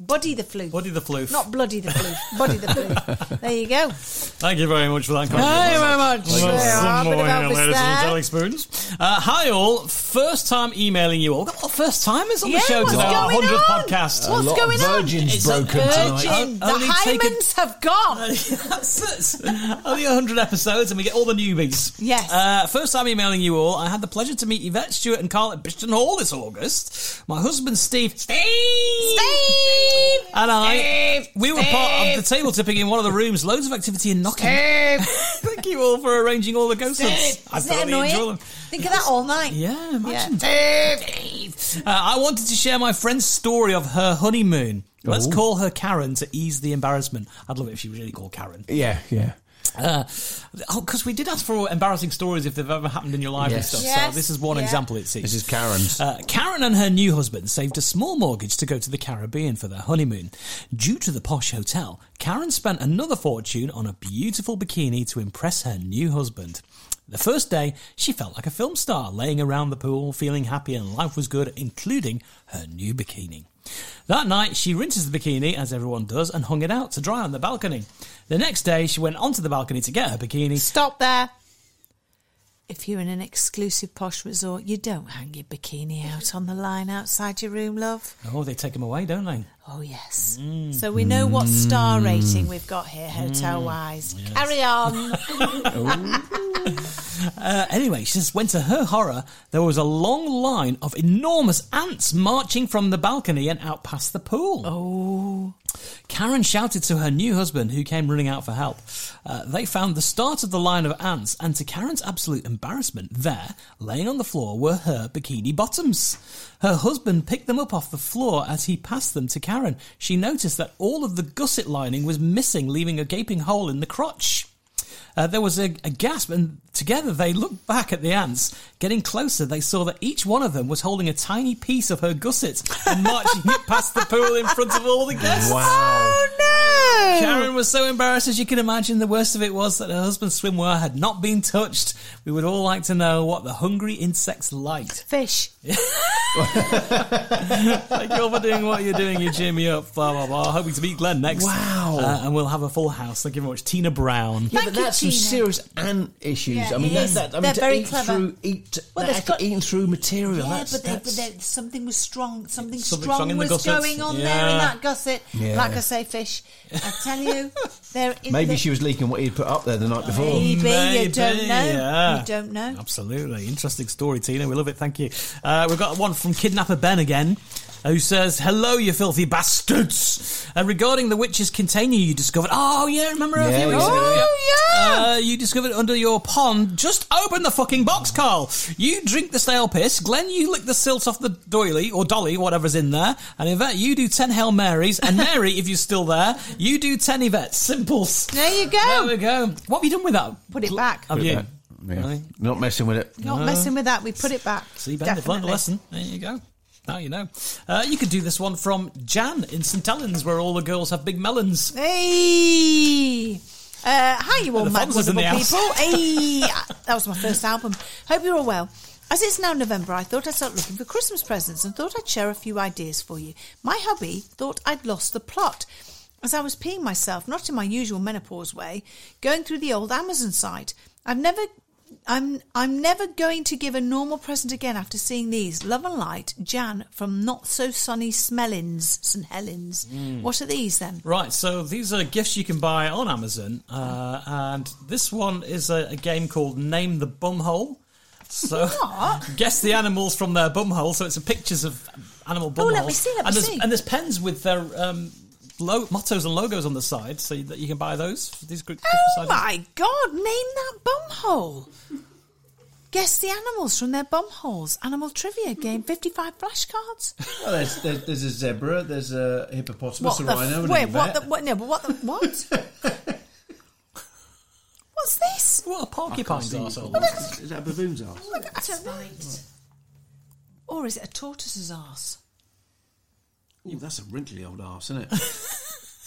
G: Buddy the floof.
D: Buddy the floof.
G: Not bloody the floof. Buddy the floof. there you go.
D: Thank you very much for that.
G: Thank you very much.
D: Well,
G: There
D: some
G: are a bit of
D: more
G: Elvis
D: ladies and
G: there.
D: telling spoons. Uh, hi all, first time emailing you all. We've got a lot of first timers on
G: Yeah,
D: the show
G: what's
D: today. Our
G: going
D: 100th
G: on?
D: podcast.
G: What's
F: a lot
G: going
F: of
G: on?
F: virgins
D: It's a
F: broken
D: virgin.
F: tonight.
G: Virgin, the
D: Only take a-
G: hymens have gone.
D: That's it. Only 100 episodes and we get all the newbies.
G: Yes.
D: Uh, first time emailing you all, I had the pleasure to meet Yvette Stewart and Carl at Bishton Hall this August. My husband Steve. Steve!
G: Steve!
D: And I,
G: Steve!
D: we were part of the table tipping in one of the rooms. Loads of activity and knocking. Thank you all for arranging all the ghost hunts. I
G: Isn't that
D: thoroughly
G: annoying?
D: enjoy them.
G: Think of that all night.
D: Yeah, imagine.
G: Yeah.
D: Uh, I wanted to share my friend's story of her honeymoon. Let's
F: Ooh.
D: call her Karen to ease the embarrassment. I'd love it if she was really called Karen.
F: yeah, yeah.
D: Uh, oh, because we did ask for embarrassing stories if they've ever happened in your life
F: Yes.
D: and stuff.
G: Yes,
D: So this is one
G: yeah.
D: example, it seems.
F: This is Karen's.
D: Uh, Karen and her new husband saved a small mortgage to go to the Caribbean for their honeymoon. Due to the posh hotel, Karen spent another fortune on a beautiful bikini to impress her new husband. The first day, she felt like a film star, laying around the pool, feeling happy and life was good, including her new bikini. That night, she rinses the bikini, as everyone does, and hung it out to dry on the balcony. The next day, she went onto the balcony to get her bikini.
G: Stop there. If you're in an exclusive posh resort, you don't hang your bikini out on the line outside your room, love.
D: Oh, they take them away, don't they?
G: Oh, yes.
D: Mm.
G: So we know what star rating we've got here, hotel wise. Carry on.
D: Uh, anyway, she says, when to her horror, there was a long line of enormous ants marching from the balcony and out past the pool. Oh. Karen shouted to her new husband, who came running out for help. Uh, they found the start of the line of ants, and to Karen's absolute embarrassment, there, laying on the floor, were her bikini bottoms. Her husband picked them up off the floor as he passed them to Karen. She noticed that all of the gusset lining was missing, leaving a gaping hole in the crotch. Uh, there was a, a gasp, and together they looked back at the ants. Getting closer, they saw that each one of them was holding a tiny piece of her gusset and marching it past the pool in front of all the guests.
G: Oh, no.
D: Karen was so embarrassed, as you can imagine. The worst of it was that her husband's swimwear had not been touched. We would all like to know what the hungry insects liked.
G: Fish.
D: Thank you all for doing what you're doing. You cheer me up. Blah, blah, blah. Hoping to meet Glenn next.
F: Wow.
D: Uh, and we'll have a full house. Thank you very much. Tina Brown.
F: Yeah,
G: Thank
F: but
G: you,
F: that's
G: Gina.
F: some serious ant issues.
G: Yeah,
F: I mean,
G: it
F: that,
G: is.
F: that, I mean,
G: They're
F: to
G: very
F: eat
G: clever.
F: Through, eat,
G: Well,
F: well,
G: they've got-
F: eating through material.
G: Yeah,
F: that's,
G: but, they, but
F: that's-
G: they, something was strong.
D: Something
G: Something, strong
D: strong in the
G: was
D: gussets.
G: going on there in
D: Yeah.
G: that gusset.
F: Yeah.
G: Like I say, fish. I tell you, they're in
F: Maybe
G: the-
F: she was leaking what he'd put up there the night before.
G: Maybe, you
D: Maybe,
G: don't know.
D: yeah.
G: You don't know.
D: Absolutely. Interesting story, Tina. We love it. Thank you. Uh, we've got one from Kidnapper Ben again, who says, Hello, you filthy bastards. Uh, regarding the witch's container you discovered. Oh, yeah, remember a
F: Yeah,
D: few
F: yeah,
D: weeks ago?
G: Oh, yeah.
D: Uh, you discovered under your pond. Just open the fucking box, Carl. You drink the stale piss. Glenn, you lick the silt off the doily or dolly, whatever's in there. And Yvette, you do 10 Hail Marys. And Mary, if you're still there, you do 10 Yvette. Simples.
G: There you
D: There
G: go.
D: we go. What have you done with that?
G: Put it back.
D: Have you?
F: Yeah. Not messing with it.
G: Not messing with that. We put it back.
D: See, Ben, they've learned a
G: Definitely.
D: lesson. There you go. Now you know. Uh, you could do this one from Jan in St Helens, where all the girls have big melons.
G: Hey! Uh, hi, you all
D: The
G: mad
D: Fonz is in
G: wonderful
D: the house.
G: people. Hey! That was my first album. Hope you're all well. As it's now November, I thought I'd start looking for Christmas presents and thought I'd share a few ideas for you. My hubby thought I'd lost the plot. As I was peeing myself, not in my usual menopause way, going through the old Amazon site. I've never I'm I'm never going to give a normal present again after seeing these. Love and Light, Jan from Not So Sunny Smellins, St Helens.
D: Mm.
G: What are these then?
D: Right, so these are gifts you can buy on Amazon, uh, and this one is a, a game called Name the Bumhole. So guess the animals from their bumhole. So it's a pictures of animal bumholes.
G: Oh, let me see, let me
D: and there's,
G: see.
D: And there's pens with their um, lo- mottos and logos on the side, so that you can buy those. For these group
G: Oh my god, name that bumhole. Guess the animals from their bumholes. Animal trivia game, 55 flashcards.
F: Well, there's, there's, there's a zebra, there's a hippopotamus,
G: What
F: a
G: the,
F: rhino,
G: f-
F: and
G: wait,
F: a
G: what
F: vet.
G: the, what, no, but what the, what? What's this?
D: What a
F: porcupine's arsehole. Is that a baboon's arse?
G: Oh, I don't know. Or is it a tortoise's arse?
F: Ooh, that's a wrinkly old arse, isn't it?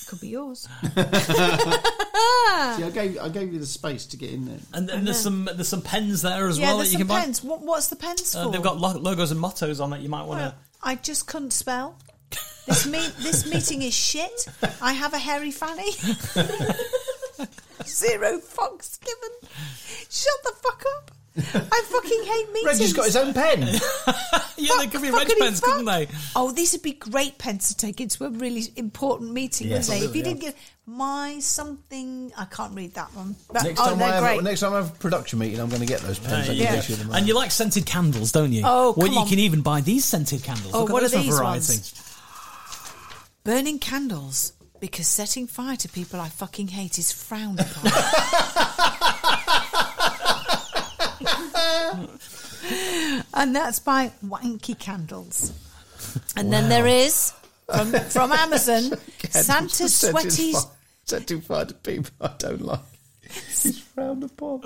G: Could be yours.
F: See, I gave I gave you the space to get in there.
D: And then there's some there's some pens there as
G: yeah,
D: well that
G: there's
D: you can
G: some
D: buy.
G: pens. What, what's the pens for?
D: Uh, they've got lo- logos and mottos on that you might want to.
G: Well, I just couldn't spell. This meet this meeting is shit. I have a hairy fanny. Zero fucks given. Shut the fuck up. I fucking hate meetings.
F: Reggie's got his own pen.
D: yeah, they could be reg
G: fuckity
D: pens, couldn't they?
G: Oh, these would be great pens to take into a really important meeting,
F: Yes.
G: wouldn't they? If you
F: Absolutely,
G: didn't get my something, I can't read that one. But,
F: next,
G: oh,
F: time I
G: they're great.
F: have, next time I have a production meeting, I'm going to get those pens.
D: There
F: I
D: you
F: can
D: go.
F: get you them
D: And you like scented candles, don't you?
G: Oh,
D: well,
G: come
D: you
G: on.
D: can even buy these scented candles.
G: Oh,
D: Look at
G: what
D: those
G: are
D: for
G: these
D: variety.
G: ones? Burning candles because setting fire to people I fucking hate is frowned upon. and that's by Wanky Candles. And then
F: Wow.
G: there is from, from Amazon Santa Sweaty
F: Setting fire to people I don't like. He's frowned upon.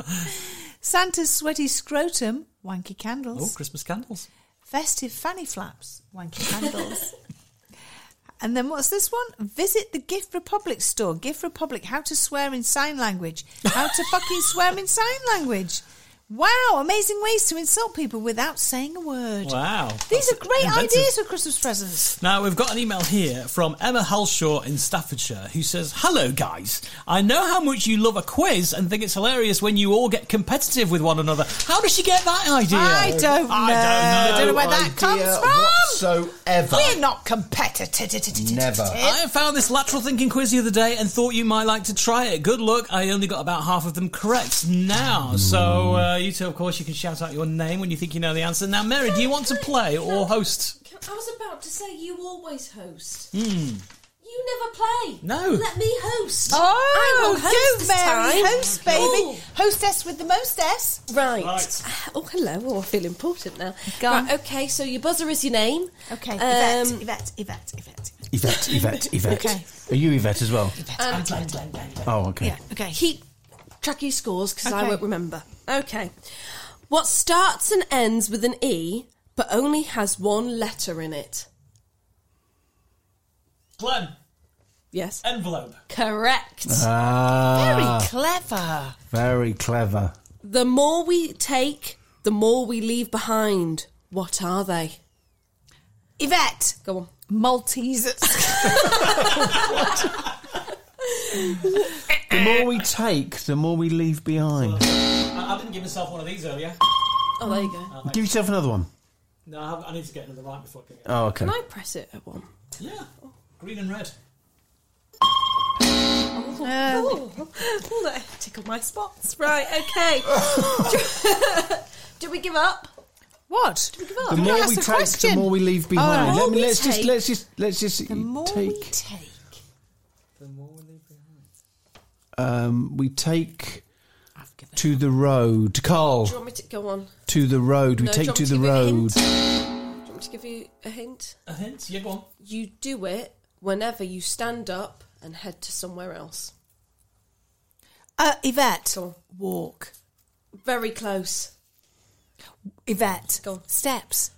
G: Santa's Sweaty Scrotum, Wanky
D: Oh,
G: Candles.
D: Christmas candles.
G: Festive Fanny Flaps, Wanky Candles. and then what's this one? Visit the Gift Republic store. Gift Republic, how to swear in sign language. How to fucking swear in sign language. Wow, amazing ways to insult people without saying a word.
D: Wow.
G: These are great
D: inventive.
G: ideas for Christmas presents.
D: Now, we've got an email here from Emma Halshaw in Staffordshire who says, Hello, guys. I know how much you love a quiz and think it's hilarious when you all get competitive with one another. How does she get that idea?
G: I
D: I
G: don't know.
D: don't know.
G: I don't know where that comes from.
F: Whatsoever.
G: We're not competitive. Oh,
F: Never.
D: I found this lateral thinking quiz the other day and thought you might like to try it. Good luck. I only got about half of them correct now. So, uh, you two, of course, you can shout out your name when you think you know the answer. Now, Mary, do you want to play or host?
J: Can- I was about to say you always host.
D: Hmm.
J: You never play.
D: No.
J: Let me host. I
G: Oh,
J: will host
G: go
J: this
G: Mary,
J: time.
G: host baby,
J: Ooh.
G: hostess with the mostess.
J: Right. Oh, hello. Oh, I feel important now. right, okay, so your buzzer is your name.
G: Okay,
J: Um,
G: Yvette, Yvette, Yvette, Yvette.
F: Yvette, Yvette, Yvette.
J: Okay.
F: Are you Yvette as well?
J: Um,
F: Oh, okay.
J: Yeah,
G: okay.
J: Keep track of your scores because I
G: Okay.
J: won't remember. Okay. What starts and ends with an E but only has one letter in it?
D: Glenn.
J: Yes.
D: Envelope.
J: Correct.
F: Ah,
G: clever.
F: very clever.
J: The more we take, the more we leave behind. What are they?
G: Yvette.
J: Go on.
G: Maltesers.
F: The more we take, the more we leave behind.
D: I, I didn't give myself one of these earlier.
J: Oh, there you go.
F: Give yourself another one.
D: No, I, have- I need to get another right before I can get
F: Oh, okay.
J: Can I press it at one?
D: Yeah. Green and red.
J: Oh, oh, oh, that tickled my spots. Right, okay. Do we give up?
G: What?
J: Do we give up?
F: The more we take, the more we leave behind.
J: Oh,
F: Let
J: the
F: me,
J: more
F: let's
J: we
F: just
J: take-
F: let's just let's just take.
G: take.
F: Um, we take to the road, Carl.
J: Do you want me to go on?
F: To the road. We
J: No,
F: take
J: do
F: to
J: you
F: the road.
J: want me to give you a hint? Do
D: A
J: you want me to give you a hint?
D: hint? Yeah, go on.
J: You do it whenever you stand up and head to somewhere else.
G: Uh, Yvette. Walk.
J: Very close.
G: Yvette.
J: Go on.
G: Steps.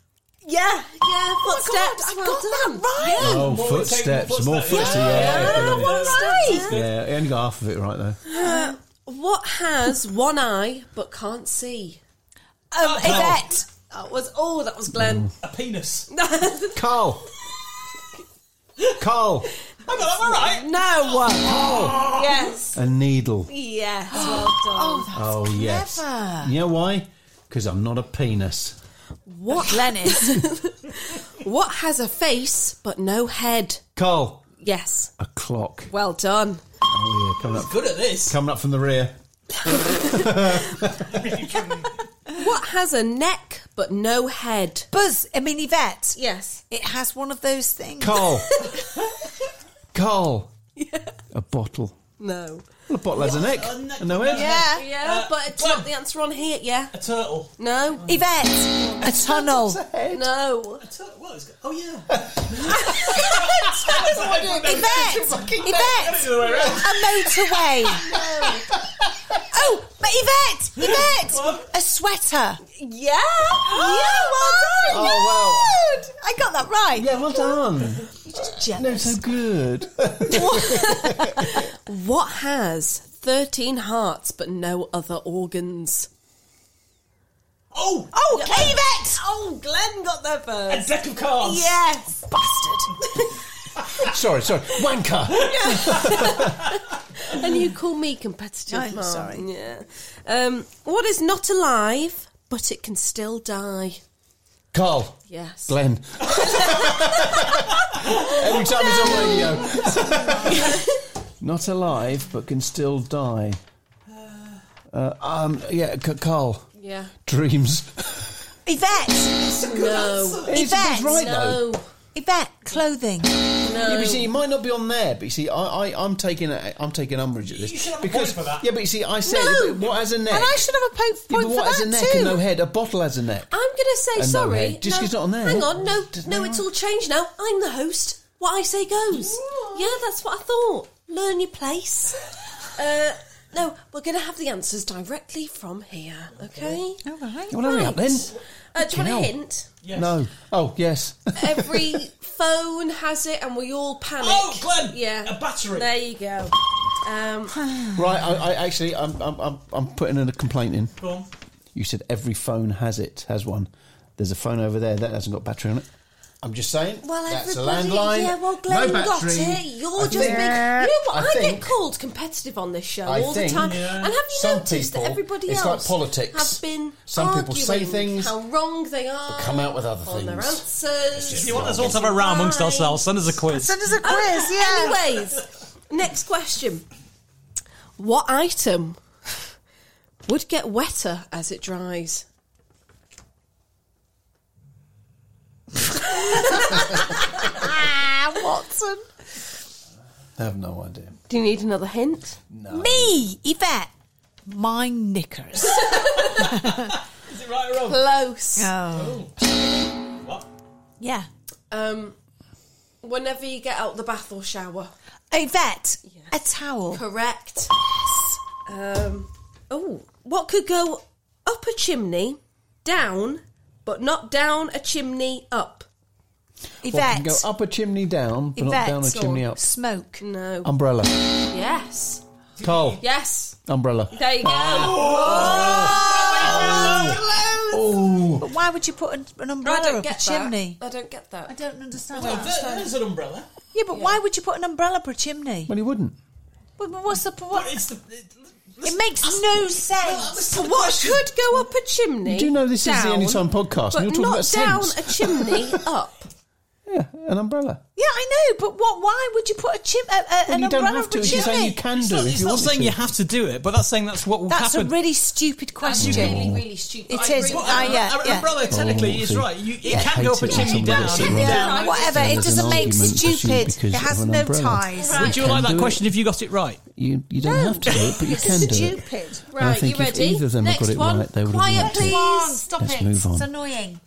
J: Yeah, yeah, footsteps.
G: I've got that right.
F: Oh,
J: More
F: footsteps, more
J: footsteps.
F: footsteps.
J: Yeah,
F: Yeah,
J: yeah,
F: yeah,
J: footsteps.
F: yeah. Yeah, he only got half of it right though.
J: Uh, what has one eye but can't see? Um, Yvette. That was oh, that was Glenn.
D: A penis.
F: Carl.
D: all
F: Carl,
D: right.
J: No.
F: Oh.
J: Yes.
F: a needle.
J: Yes. Well done. Oh,
F: Oh yes.
J: clever.
F: You know why? Because I'm not a penis.
J: what Glenn is? what has a face but no head?
F: Carl,
J: Yes.
F: a clock.
J: Well done.
F: Oh yeah, coming up.
D: good at this.
F: Coming up from the rear.
J: What has a neck but no head?
G: Buzz, I mean Yvette.
J: Yes.
G: It has one of those things.
F: Carl. Carl. A bottle.
J: No.
F: Well, a bottle has a neck and no head.
G: Yeah.
J: Yeah, but it's not the answer on here. Yeah.
D: A turtle.
J: No.
G: Yvette, a tunnel.
J: No.
D: A turtle. Well, it's got, oh yeah.
G: Yvette, Yvette, a motorway. Oh, but Yvette, Yvette, a sweater.
J: Yeah.
G: Oh, well done.
F: Oh,
G: Good. I got that right.
F: Yeah, well done. No,
G: Jealous.
F: so good.
J: What has 13 hearts but no other organs?
D: Oh,
G: Oh, Yvette.
J: Oh, Glenn got there
D: a
J: first.
D: deck of cards.
G: Yes, bastard.
F: sorry, sorry. Wanker.
J: And you call me competitive,
G: I'm
J: Mum.
G: sorry.
J: Yeah. Um, what is not alive but it can still die?
F: Carl.
J: Yes.
F: Glenn. Every time he's on radio. Not alive, but can still die. Uh, um, yeah, C- Carl.
J: Yeah.
F: Dreams.
G: Yvette,
J: No.
F: It's- it's right, though.
J: No.
G: Yvette, clothing.
F: Yeah, but you see, it might not be on there. But you see, I, I, I'm taking, a, I'm taking umbrage at this
D: You should have a
F: because
D: point for that.
F: yeah, but you see, I said
J: No.
F: but what has a neck?
G: And I should have a po-
F: Yeah,
G: point
F: but
G: for
F: what has
G: that
F: a neck
G: too.
F: and no head? A bottle has a neck.
J: I'm going to say
F: And no
J: sorry.
F: head. Just 'cause it's not on there.
J: Hang on. No,
F: Doesn't
J: no,
F: matter.
J: it's all changed now. I'm the host. What I say goes. Yeah, that's what I thought. Learn your place. Uh, no, we're going to have the answers directly from here, okay?
G: All right.
F: Oh, Well, hurry up then.
J: Uh, do you
F: Fucking
J: want a
F: hell.
J: hint?
D: Yes.
F: No. Oh yes.
J: Every phone has it, and we all panic.
D: Oh, Glenn!
J: Yeah,
D: A battery.
J: There you go. Um,
F: right. I, I actually, I'm, I'm, I'm, I'm putting in a complaint in.
D: Go on.
F: You said every phone has it has one. There's a phone over there that hasn't got battery on it. I'm just saying.
J: well,
F: that's a
J: everybody.
F: landline.
J: yeah, well,
F: no
J: Glenn got
F: battery.
J: it. You're
F: I
J: just
F: think-
J: being. You know what? I,
F: I
J: get
F: think-
J: called competitive on this show
F: I
J: all the
F: think
J: time. And have you
F: some
J: noticed
F: people-
J: that everybody
F: it's like
J: else
F: politics.
J: have been
F: Some people say
J: arguing
F: things,
J: how wrong they are,
F: come out with other
J: on their
F: things.
J: answers.
D: If you want us all to have a row amongst
J: Right.
D: ourselves, send us a quiz.
G: Send us a quiz, yeah.
J: Anyways, next question. What item would get wetter as it dries?
G: Ah, Watson.
F: I have no idea.
J: Do you need another hint?
G: Me, Yvette. My knickers.
D: Is it right or wrong?
J: Close.
G: Oh.
D: What?
G: Yeah.
J: Um, whenever you get out the bath or shower.
G: Yvette, a towel.
J: Correct. Um, oh, what could go up a chimney, down, but not down a chimney up?
F: Well,
G: Yvette.
F: you can go up a chimney down, but
G: Yvette.
F: not down a
G: Go
F: chimney up.
G: Smoke.
J: No.
F: Umbrella.
J: yes.
F: Carl.
J: Yes.
F: Umbrella.
J: There you go.
F: Oh.
G: But why would you put an, an
J: Oh. I
G: umbrella
J: don't
G: up a
J: get
G: chimney?
J: That. Oh. I don't get that.
G: I don't understand.
D: Well, there- there's an umbrella.
G: Yeah, but why would you put an umbrella up a chimney?
F: Well, he wouldn't.
G: But but what's the po-
D: But
G: what?
D: it's the. It,
G: It makes no sense.
J: Oh,
D: that's-
J: What could go up a chimney?
F: You do know this is the
J: down,
F: Anytime podcast,
J: But
F: and you're talking
J: not
F: about
J: down
F: sense.
J: a chimney up.
F: Yeah, an umbrella.
G: Yeah, I know, but what? Why would you put a chim a, a,
F: Well,
G: an
F: you don't
G: umbrella
F: have
G: up
F: to.
G: a
F: You're
G: chimney?
F: saying you can
D: it's
F: do
D: not,
F: it if
D: it's
F: you
D: not
F: want
D: saying
F: to.
D: you have to do it, but that's saying that's what will
G: That's a
D: happen.
G: really stupid question.
J: Really, really stupid.
G: It
J: I uh,
G: is.
J: agree with
D: But
G: Ah,
J: that.
D: an-
G: yeah,
D: an
G: yeah.
D: umbrella technically
F: Oh,
D: is
F: see.
D: right. You, it
F: Yeah.
D: can go up a
F: Hate it when
D: chimney
F: somebody
D: down.
F: gets it
D: and
F: wrong.
D: down.
G: Yeah, whatever.
F: There
G: It
F: was an
G: doesn't make
F: argument pursued
G: stupid.
F: because
G: It
F: of
G: has
F: an
G: no
F: umbrella.
G: ties.
D: Would you
F: Can
D: like that
F: do
D: question
F: it.
D: if you got it right?
F: You, you don't have to do it, but you can do it.
G: Stupid.
F: I
J: Right,
F: think
J: you
F: if
J: ready?
F: either of them had got
J: Next
F: it
J: one.
F: right, they would have
J: Quiet,
F: won it.
J: please.
G: Come on, stop
F: Let's
G: it.
F: move on.
G: It's annoying.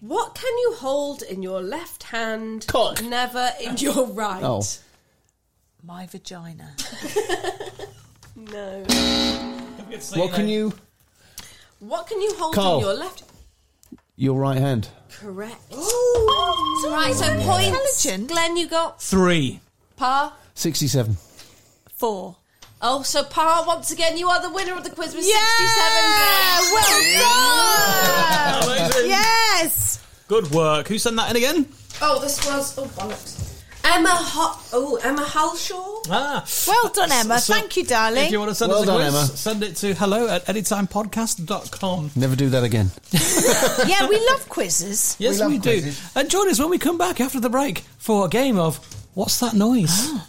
J: What can you hold in your left hand,
F: Cock.
J: but never in your right?
F: Oh.
G: My vagina.
J: No.
D: Don't forget to say
F: What can
D: name.
F: you?
J: What can you hold
F: Carl.
J: in your left?
F: Your right hand.
J: Correct. Ooh, right, so points. Glenn, you got
F: Three.
J: par
F: 67.
J: four. Oh, so par once again, you are the winner of the quiz with
G: Yeah!
J: 67 points.
G: Well done! yes!
D: Good work. Who sent that in again?
J: Oh, this was oh bollocks. Emma Hot. Oh, Emma Halshaw.
D: Ah.
G: Well done, Emma.
D: So-
G: Thank you, darling.
D: If you want to send
F: Well
D: us a
F: done,
D: quiz,
F: Emma.
D: send it to hello at anytimepodcast.com.
F: Never do that again.
G: yeah, we love quizzes.
D: Yes, we, do. And join us when we come back after the break for a game of What's That Noise?
G: Ah.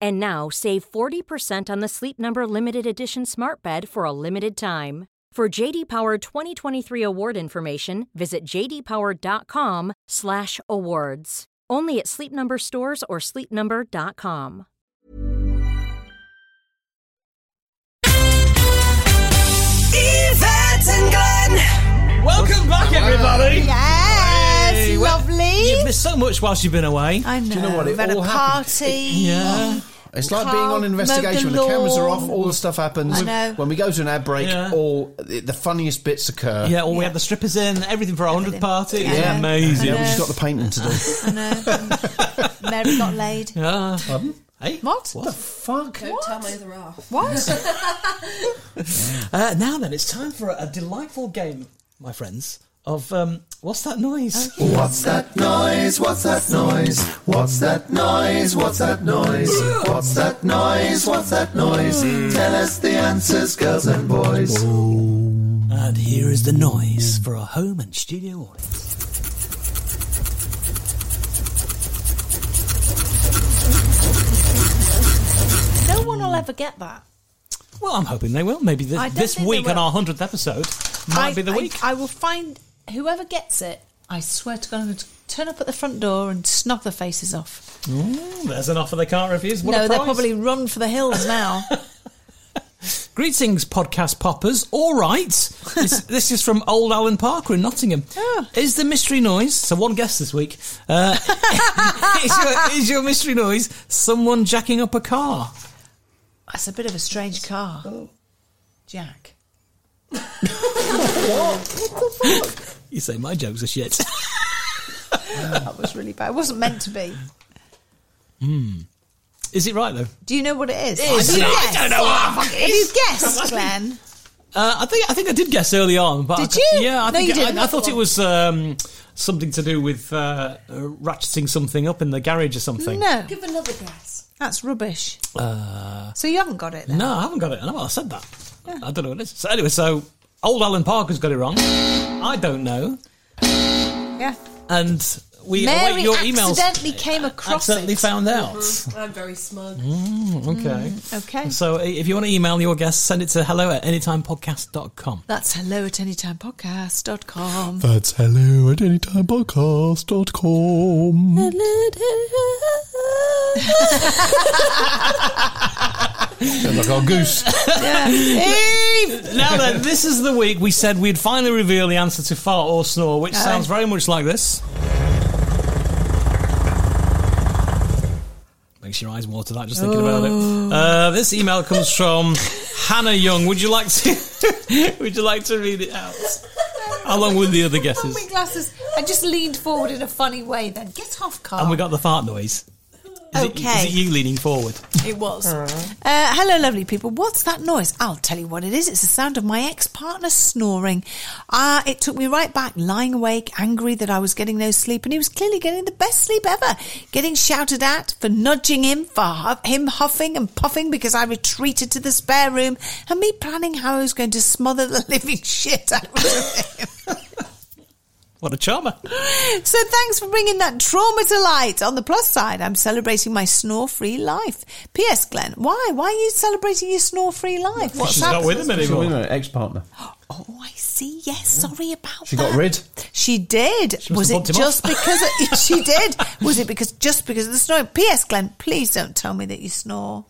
L: And now save 40% on the Sleep Number limited edition Smart Bed for a limited time. For JD Power 2023 award information, visit jdpower.com/awards. Only at Sleep Number stores or sleepnumber.com.
I: Yvette and Glenn.
D: Welcome back, everybody.
G: Yes, lovely.
D: You've missed so much whilst you've been away.
G: I know.
F: you know what? It
G: We've had a
F: all happened.
G: party.
D: yeah.
F: It's like being on an investigation. When the cameras are off, all the stuff happens.
G: I know.
F: When we go to an ad break, all the the funniest bits occur.
D: Yeah, well, we had the strippers in, everything for our 100th party. It was
F: Yeah.
D: amazing.
F: Yeah, we just got the painting to do.
G: Mary got laid.
D: Ah. Hey?
G: What?
D: What?
F: fuck?
J: Don't tell my other half.
D: Uh, now then, it's time for a, a delightful game, my friends, of um, What's That Noise?
G: Oh.
I: What's that noise? What's that noise? What's that noise? What's that noise? What's that noise? What's that noise?
K: Hmm.
I: Tell us the answers, girls and boys.
D: And here is the noise for our home and studio audience.
G: No one will ever get that.
D: Well, I'm hoping they will. Maybe
G: I
D: this,
G: don't
D: this
G: think
D: week
G: they
D: on
G: will.
D: our 100th episode might be the
G: I-
D: week.
G: I, will find whoever gets it. I swear to God, I'm going to turn up at the front door and snog their faces off.
D: Ooh, Oh, there's an offer they can't refuse. What
G: no,
D: a
G: they'll
D: prize.
G: probably run for the hills now.
D: Greetings, podcast poppers. All right. this, this is from old Alan Parker in Nottingham.
G: Ah.
D: Is the mystery noise, so one guess this week, uh, is, your, is your mystery noise someone jacking up a car?
G: That's a bit of a strange car.
D: Oh.
G: Jack.
D: You say my jokes are shit.
G: that was really bad. It wasn't meant to be.
D: Hmm. Is it right, though?
G: Do you know what it is?
D: Is
G: Have you
D: it? I
G: guessed?
D: don't know what the fuck it
G: Have you
D: is.
G: guessed, Glenn?
D: Uh, I think I think I did guess early on, but I
G: Did
D: c-
G: you?
D: Yeah, I
G: No,
D: think
G: you didn't.
D: I, I thought it was um, something to do with uh, uh, ratcheting something up in the garage or something.
G: No.
J: Give another guess.
G: That's rubbish.
D: Uh,
G: So you haven't got it then?
D: no, I haven't got it. I, know I said that. I don't know what it is. So anyway, so old Alan Parker's got it wrong. I don't know,
G: Yeah.
D: and we
G: Mary
D: await your emails.
G: accidentally came across
D: Accidentally
G: it. Mm-hmm.
D: found out.
J: Mhm, I'm very smug.
D: Mm, okay.
G: Okay.
D: So i- if you want to email your guests, send it to hello at anytimepodcast.com.
G: That's hello at anytimepodcast.com.
K: That's hello at anytimepodcast.com.
F: Sounds like old goose.
G: Eve!
D: Now then, this is the week we said we'd finally reveal the answer to fart or snore, which
G: Aye.
D: sounds very much like this. makes your eyes water that just thinking about it. Uh, this email comes from Hannah Young. Would you like to? would you like to read it out along with the other guesses?
G: My glasses. I just leaned forward in a funny way. Then get off, Carl.
D: And we got the fart noise. Is it-
G: Oh. Okay.
D: is it you leaning forward?
G: It was. Uh, hello, lovely people. What's that noise? I'll tell you what it is. It's the sound of my ex partner snoring. Ah, it took me right back, lying awake, angry that I was getting no sleep, and he was clearly getting the best sleep ever. Getting shouted at for nudging him, for hu- him huffing and puffing because I retreated to the spare room, and me planning how I was going to smother the living shit out of him.
D: What a charmer.
G: So thanks for bringing that trauma to light. On the plus side, I'm celebrating my snore-free life. P.S. Glenn, why? Why are you celebrating your snore-free life?
F: She's
G: happened?
F: Ex partner.
G: Oh, I see. Yes, sorry about
F: She
G: that.
F: got rid.
G: She did.
F: She must
G: was
F: have
G: it
F: bumped him off.
G: just because of, she did? Was it because just because of the snoring? P.S. Glenn, please don't tell me that you snore.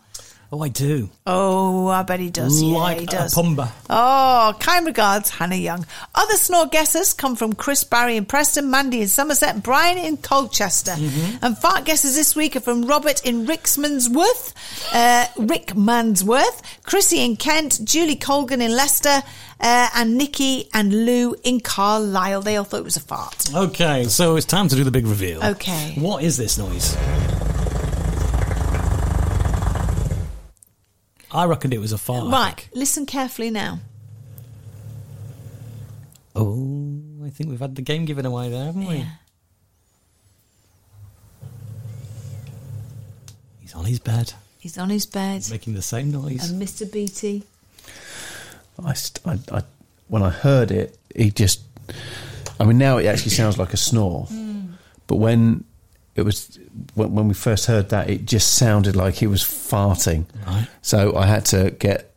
D: Oh, I do.
G: Oh, I bet he does. Yeah,
D: like
G: he
D: a
G: does.
D: pumba.
G: Oh, kind regards, Hannah Young. Other snore guesses come from Chris Barry in Preston, Mandy in Somerset, and Brian in Colchester. And fart guesses this week are from Robert in Rickmansworth, uh, Rickmansworth, Chrissy in Kent, Julie Colgan in Leicester, uh, and Nikki and Lou in Carlisle. They all thought it was a fart.
D: Okay, so it's time to do the big reveal.
G: Okay.
D: What is this noise? I reckoned it was a fart.
G: right, listen carefully now.
D: Oh, I think we've had the game given away there, haven't we? He's on his bed,
G: He's on his bed.
D: making the same noise.
G: And Mr. Beatty.
F: I, st- I, I, when I heard it, he just. I mean, now it actually sounds like a snore,
G: Mm.
F: but when it was when, when we first heard that, it just sounded like he was farting.
D: Right.
F: So I had to get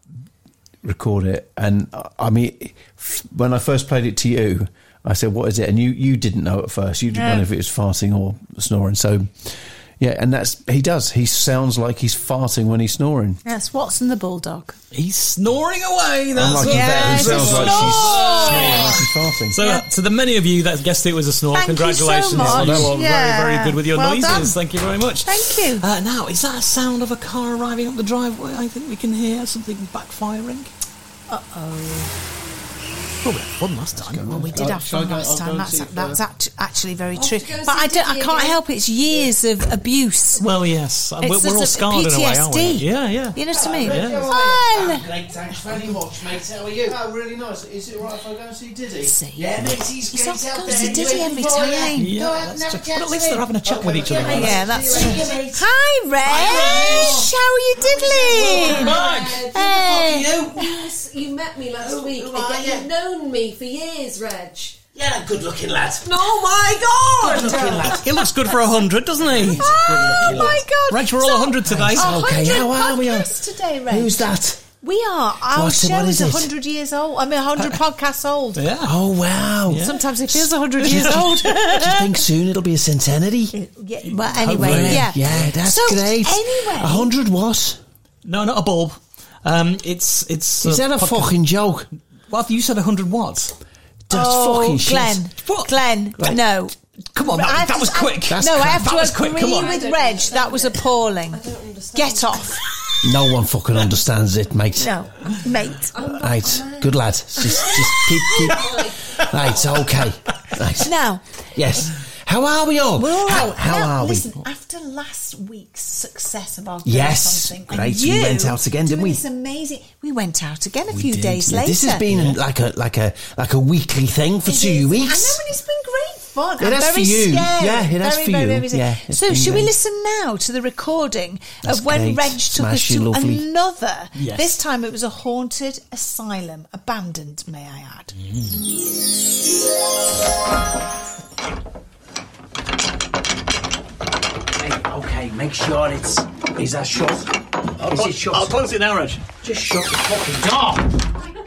F: record it, and I- I mean, f- when I first played it to you, I said, "What is it?" And you you didn't know at first. You didn't
G: No.
F: know if it was farting or snoring. So. Yeah, and that's he does. He sounds like he's farting when he's snoring.
G: That's Watson the Bulldog.
D: He's snoring away. That's
F: like
D: what
F: you bet. It
D: That's
F: sounds
D: a
F: like she's
D: snore.
F: snoring like she's farting.
D: So, to the many of you that guessed it was a snore,
F: Thank you so
D: congratulations.
F: much.
D: You are
F: Yeah.
D: very, very good with your
F: Well
D: noises.
F: done.
D: Thank you very much.
G: Thank you.
D: Uh, now, is that a sound of a car arriving up the driveway? I think we can hear something backfiring.
G: Uh oh.
D: Well, we had fun last time.
G: Well, we did have fun last time. That's, that's act- actually very true.
J: to Oh, go and
G: But
J: see
G: I, don't, I
J: Dickie
G: can't
J: again.
G: help it. It's years of abuse.
D: Well, yes. Uh, we're-
G: It's
D: we're all
G: just a
D: scarred in a way, aren't we?
G: PTSD.
D: Yeah, yeah.
G: You know what I mean?
D: Yeah.
G: Well,
K: Great, thanks very much, mate. How are you?
F: Oh, really nice. Is it right if I go and see Diddy?
G: See?
K: Yeah, mate, he's,
G: He's
K: great
G: off
K: out there.
G: goes to Diddy
K: You
G: every
K: waiting for
G: time.
K: ya?
G: Yeah,
K: Go out and
D: that's
K: have a
D: true.
K: chat
D: But at
K: to
D: least they're
K: him.
D: having a chat with each other.
K: mate.
G: yeah, that's
K: See
G: true.
K: you later, mate.
G: Hi, Reg. How are you doing? Hey.
J: Yes, you met me last week.
K: who are
J: Again, You've known me for years, Reg.
K: Yeah, good looking lad.
J: No, my God!
K: Good looking lad.
D: He looks good for a hundred, doesn't he?
G: Oh, my God.
D: Reg, we're all a hundred today.
G: Okay, how are we?
D: on?
G: Today, Reg.
K: Who's that?
G: We are. Our
K: What-
G: show
K: what
G: is
K: is it?
G: 100 years old. I mean, 100 podcasts old.
D: Yeah.
K: Oh, wow.
G: Sometimes it feels 100 years old.
K: Do you think soon it'll be a centenary?
G: Yeah, well, anyway,
K: Hopefully.
G: yeah.
K: Yeah, that's
G: so,
K: great.
G: Anyway,
K: A hundred what?
D: No, not a bulb. Um, it's it's.
K: Is that a fucking joke?
D: Well, you said hundred watts.
K: That's
G: oh,
K: fucking shit.
G: Glenn, Glenn,
K: Right.
G: no.
D: Come on,
G: I
D: that,
G: have
D: that
G: to-
D: was
G: I-
D: quick.
G: no, I have
D: that
G: to
D: was quick.
G: agree
D: Come on.
G: with Reg. That was appalling. Get off.
K: No one fucking understands it, mate.
G: No, mate.
K: Right, good lad. Just, just keep, keep. Right, okay. Right.
G: Now,
K: Yes. How are we all?
G: we're all right.
K: How, how
G: now,
K: are we?
G: Listen, after last week's success of our
K: Yes,
G: something, and
K: great, we
G: you
K: went out again, didn't
G: doing
K: we?
G: This amazing. We went out again a few
K: Did.
G: days
K: Yeah,
G: later.
K: This has been like a like a like a weekly thing for
G: It
K: two
G: is. I
K: weeks.
G: know, and it's been great fun.
K: It
G: and
K: has for
G: very
K: you.
G: Scary.
K: Yeah, it has
G: very,
K: for
G: very,
K: you.
G: very scary.
K: Yeah, it's
G: so,
K: been
G: should we
K: great.
G: listen now to the recording
K: That's
G: of when
K: great.
G: Reg took us
K: Smashy,
G: to
K: lovely.
G: another?
K: Yes.
G: This time it was a haunted asylum, abandoned, may I add.
K: Hey, okay, make sure it's is that shut? Is it shut?
D: I'll close it now, Reg.
K: Just shut the fucking door.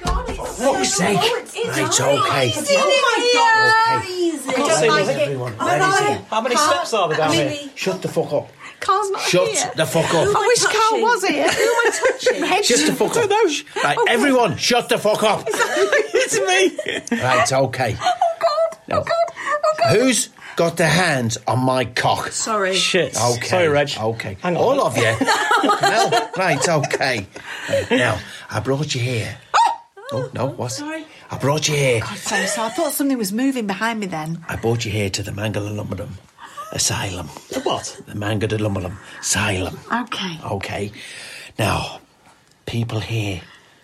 G: Oh,
K: For fuck's sake! Right, okay.
J: Oh,
D: I can't see this,
K: everyone.
D: Where is
K: Where is
D: it?
K: he?
D: How many steps are there down here?
K: Shut the fuck up.
G: Carl's not
K: Shut the fuck up.
G: I wish Carl was here. Who am I touching?
K: Shut the fuck up. Oh, Right, everyone, shut the fuck up.
G: it's me.
K: Right, okay.
G: Oh God!
K: No.
G: Oh God! Oh
K: Who's got their hands on my cock?
J: Sorry.
M: Shit.
K: Okay.
M: Sorry, Reg.
N: Oh.
K: Okay.
M: Hang on.
K: All of you. no. Right. Okay. Right, now I brought you here. Oh no. What?
G: Sorry.
K: I brought you here.
G: God, so, so I thought something was moving behind me then.
K: I brought you here to the Mangalumudum Asylum. The what? The Mangalumudum Asylum.
G: Okay.
K: Okay. Now, people here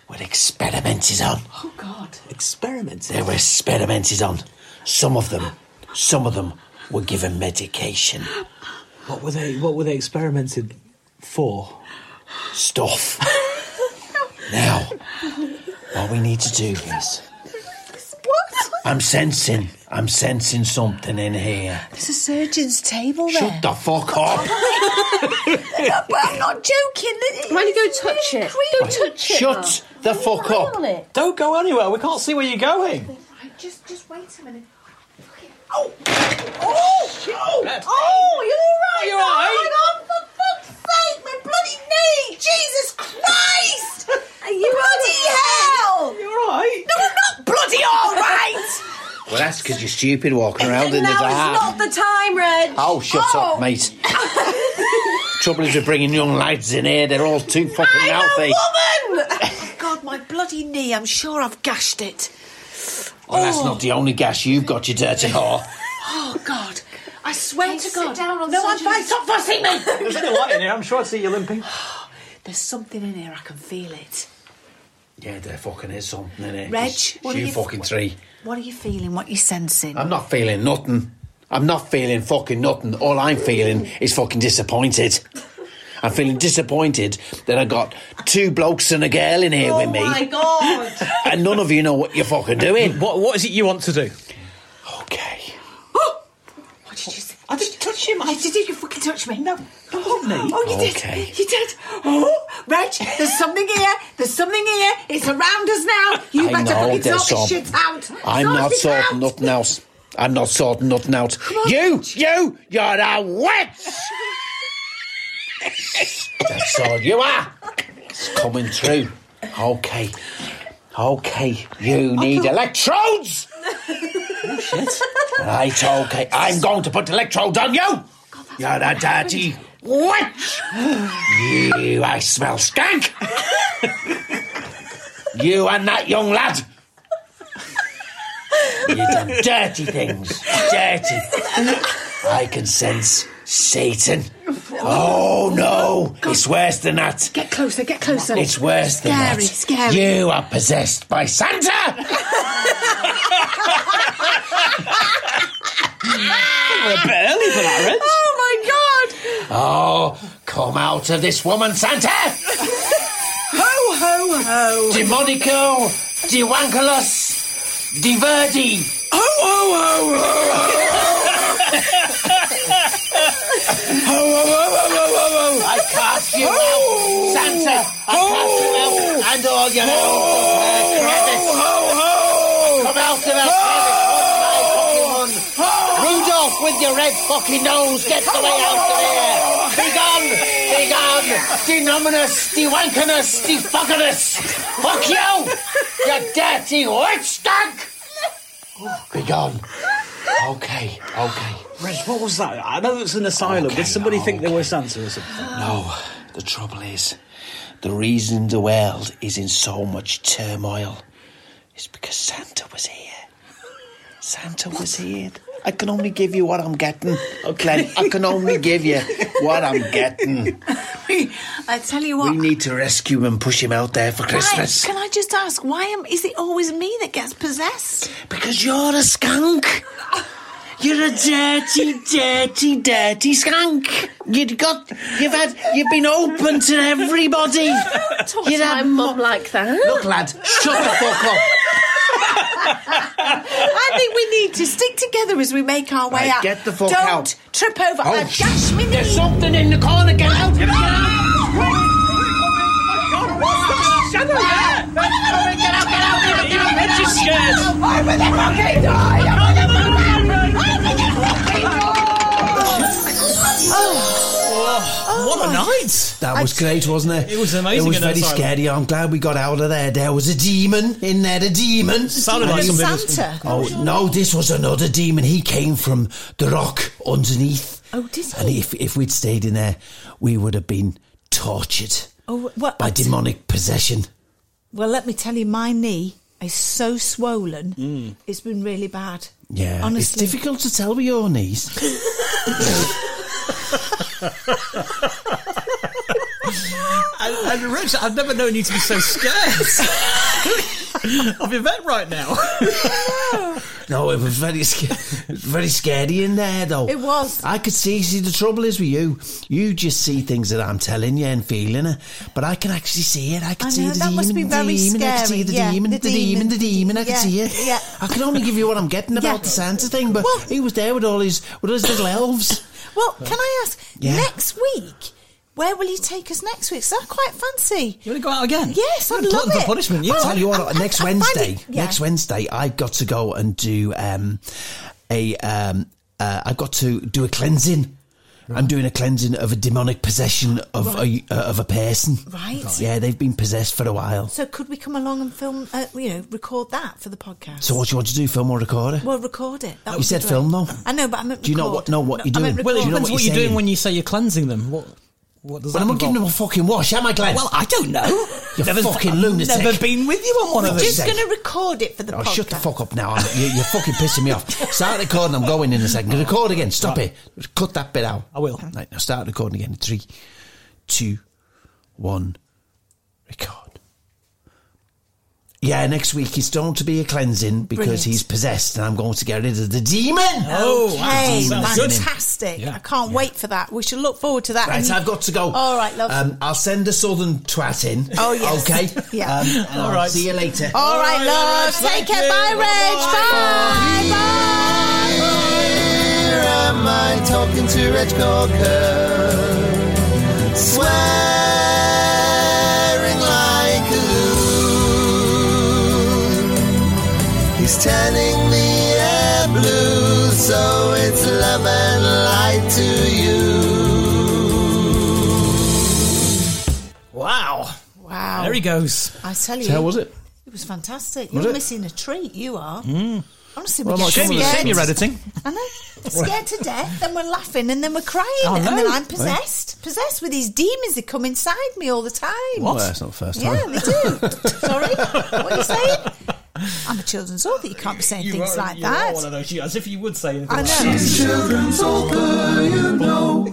K: with experiments is on.
G: Oh, God.
M: Experiments.
K: There were experiments is on. Some of them, some of them were given medication.
M: What were they? What were they experimented for?
K: Stuff. now, what we need to do is,
G: What?
K: I'm sensing, I'm sensing something in here.
G: There's a surgeon's table there.
K: Shut the fuck up.
G: No, but I'm not joking. Why
J: don't you go touch it? Go touch
K: Shut the fuck up.
M: Don't go anywhere. We can't see where you're going.
G: Just, just wait a minute.
K: Oh, oh,
G: oh, you're all right.
M: You're all right?
G: Oh, my God, for fuck's sake, my bloody knee. Jesus Christ. Are you bloody hell.
M: You're all right.
G: No, I'm not bloody all right.
K: Well, that's because you're stupid walking around in the
J: Now's
K: dark.
J: not the time, Reg.
K: Oh, shut up, mate. Trouble is, we're bringing young lads in here. They're all too fucking mouthy.
G: Woman. Oh, God, my bloody knee. I'm sure I've gashed it.
K: Well, Oh, that's not the only gas you've got, you dirty whore.
G: Oh, God. I swear to
J: sit
G: God.
J: down on
G: no, I'm
J: surgeon's-
G: fine. Stop fussing me.
M: There's no light in here. I'm sure I see you limping.
G: There's something in here. I can feel it.
K: Yeah, there fucking is something in it.
G: Reg,
K: It's
G: what
K: you
G: are you-
K: fucking three.
G: What are you feeling? What are you sensing?
K: I'm not feeling nothing. I'm not feeling fucking nothing. All I'm feeling is fucking disappointed. I'm feeling disappointed that I got two blokes and a girl in here
G: Oh
K: with me,
J: my God.
K: and none of you know what you're fucking doing.
M: What What is it you want to do?
K: Okay.
G: What did you say?
M: I didn't touch him. I
G: Did you, you fucking touch me? No.
M: hold me.
G: Oh, you
K: Okay.
G: did. You did. Oh, Reg, there's something here. There's something here. It's around us now. You
K: I
G: better
K: know
G: fucking
K: there's
G: sort this
K: some-
G: shit out.
K: I'm
G: Sort
K: not
G: it
K: sorting
G: out.
K: nothing else. I'm not sorting nothing out. You, you, you're a witch. That's all you are. It's coming through. Okay, okay.
G: Oh,
K: You need electrodes. Right, okay. I'm going to put electrodes on you. You're a dirty witch. You, I smell skunk. you and that young lad. You've done dirty things. Dirty. I can sense Satan. Oh no, it's worse than that.
G: Get closer, get closer.
K: It's worse than that.
G: Scary, scary.
K: You are possessed by Santa.
M: We're a bit early for that, Reg.
G: Oh, my God.
K: Oh, come out of this woman, Santa!
G: Ho, ho, ho.
K: Demonico, Diwanculus, Diverdi. Oh, oh, oh, I cast you out, Santa. I cast you out and all your uh, credits. Come out of that crevice, one by fucking one. Rudolph with your red fucking nose, get the way out of here. Begone, begone, denominus, dewankinus, defuckinus. Fuck you, you dirty witch skunk. Begone. Okay, okay.
M: Reg, what was that? I know it's an asylum.
K: Okay,
M: Did somebody think they
K: okay.
M: were Santa or something?
K: No, the trouble is, the reason the world is in so much turmoil is because Santa was here. Santa was here. I can only give you what I'm getting, Glenn. I can only give you what I'm getting.
G: I tell you what.
K: We need to rescue him and push him out there for
G: Why,
K: Christmas.
G: can I just ask, why am, is it always me that gets possessed?
K: Because you're a skunk. You're a dirty, dirty, dirty skunk. You've got, you've had, you've been open to everybody.
J: Talk
K: You'd
J: to
K: have
J: my mum like that.
K: Look, lad, shut the fuck up.
G: I think we need to stick together as we make our way
K: Right,
G: out.
K: get the fuck
G: Don't
K: out.
G: trip over.
K: Oh,
G: I'll gash me
K: There's
G: knee.
K: something in the corner. Get out! Get out!
G: Oh,
D: what a night!
K: That was great, wasn't it?
D: It was amazing
K: It was
D: in that
K: very
D: asylum.
K: scary. I'm glad we got out of there. There was a demon in there. The demon
D: Sounded like And something was- Santa.
K: Oh no, this was another demon. He came from the rock underneath.
G: Oh, did he?
K: And if if we'd stayed in there, we would have been tortured
G: Oh, well,
K: by
G: I-
K: demonic possession.
G: Well, let me tell you, my knee is so swollen. It's been really bad.
K: Mm. Yeah, it's
G: honestly.
K: difficult to tell with your knees.
D: And, and Rich, I've never known you to be so scared of event right now.
K: No, it was very, sca- very scary in there, though.
G: It was.
K: I could see. See, the trouble is with you, you just see things that I'm telling you and feeling it, but I can actually see it. I can
G: I
K: see
G: know,
K: the
G: that
K: demon.
G: must be
K: the
G: very
K: demon, I can
G: scary.
K: see the
G: Yeah,
K: demon,
G: the
K: the, demon,
G: demon,
K: the demon. I can
G: yeah,
K: see it.
G: yeah.
K: I can only give you what I'm getting about the Santa thing, but he was there with all his with all his little elves.
G: Well, can I ask,
K: Yeah.
G: next week, where will you take us next week? 'Cause I quite fancy.
D: You want to go out again?
G: Yes, I'd love it.
K: I
D: Oh.
G: Well,
K: tell you
G: I- I-
K: what, next
G: I find
K: Wednesday,
G: it- yeah.
K: next Wednesday, I've got to go and do um, a. Um, uh, I've got to do a cleansing. I'm doing a cleansing of a demonic possession of a uh, of a person.
G: Right. Right.
K: Yeah, they've been possessed for a while.
G: So could we come along and film, uh, you know, record that for the podcast?
K: So what do you want to do? Film or record it?
G: Well, record it. That
K: You
G: would be
K: said
G: great.
K: film, though.
G: I know, but I meant
K: Do you know
G: record.
K: what- know what
G: No,
K: you're
G: I meant
K: doing? Well, it
G: record.
K: depends
D: What,
K: what
D: you're
K: you're
D: doing
K: saying.
D: when you say you're cleansing them? What? What does
K: Well,
D: that
K: I'm not giving them a fucking wash, am I, Glenn?
D: Well, I don't know.
K: You fucking lunatic.
D: Never been with you on one of
K: We're
D: those.
K: just gonna
G: record it for the
K: Oh, shut the fuck up now. I'm, you, you're fucking pissing me off. Start recording. I'm going in a second. Record again. Stop it. Cut that bit out. I will. Right, now start recording again. Three, two, one. Record. Yeah, next week it's going to be a cleansing because
G: Brilliant.
K: he's possessed and I'm going to get rid of the demon. Oh,
G: okay,
K: The demon's in him.
G: fantastic! I can't wait for that. We shall look forward to that.
K: Right,
G: And you-
K: I've got to go.
G: All right, love.
K: Um, I'll send the southern twat in.
G: Oh, yes.
K: Okay.
G: Yeah.
K: Um, and
G: All
K: I'll
G: right.
K: See you later.
G: All right, love. Take care. Bye, Reg. Bye.
I: Here am I talking to Reg Corker, swearing like a loon. He's turning the air blue, so it's love and light to you.
D: Wow.
G: Wow.
D: There he goes.
G: I tell you,
D: So how was it?
G: It was fantastic.
D: Was
G: You're
D: it?
G: missing a treat. You are.
D: Mm.
G: Honestly,
D: Well,
G: we're
D: I'm
G: getting
D: not sure.
G: scared.
D: Shame you're editing.
G: I know. Scared to death, then we're laughing, and then we're crying,
D: Oh,
G: and
D: no.
G: then I'm possessed. Possessed with these demons that come inside me all the time.
K: What? Well, that's not the first
G: Yeah,
K: time.
G: they do. Sorry. What are you saying? I'm a children's author. You can't be saying
D: You
G: things
D: are-
G: like
D: you
G: that.
D: Are one of those, you- as if you would say anything.
G: I
D: like
G: know.
D: that.
G: She's a children's author, you know.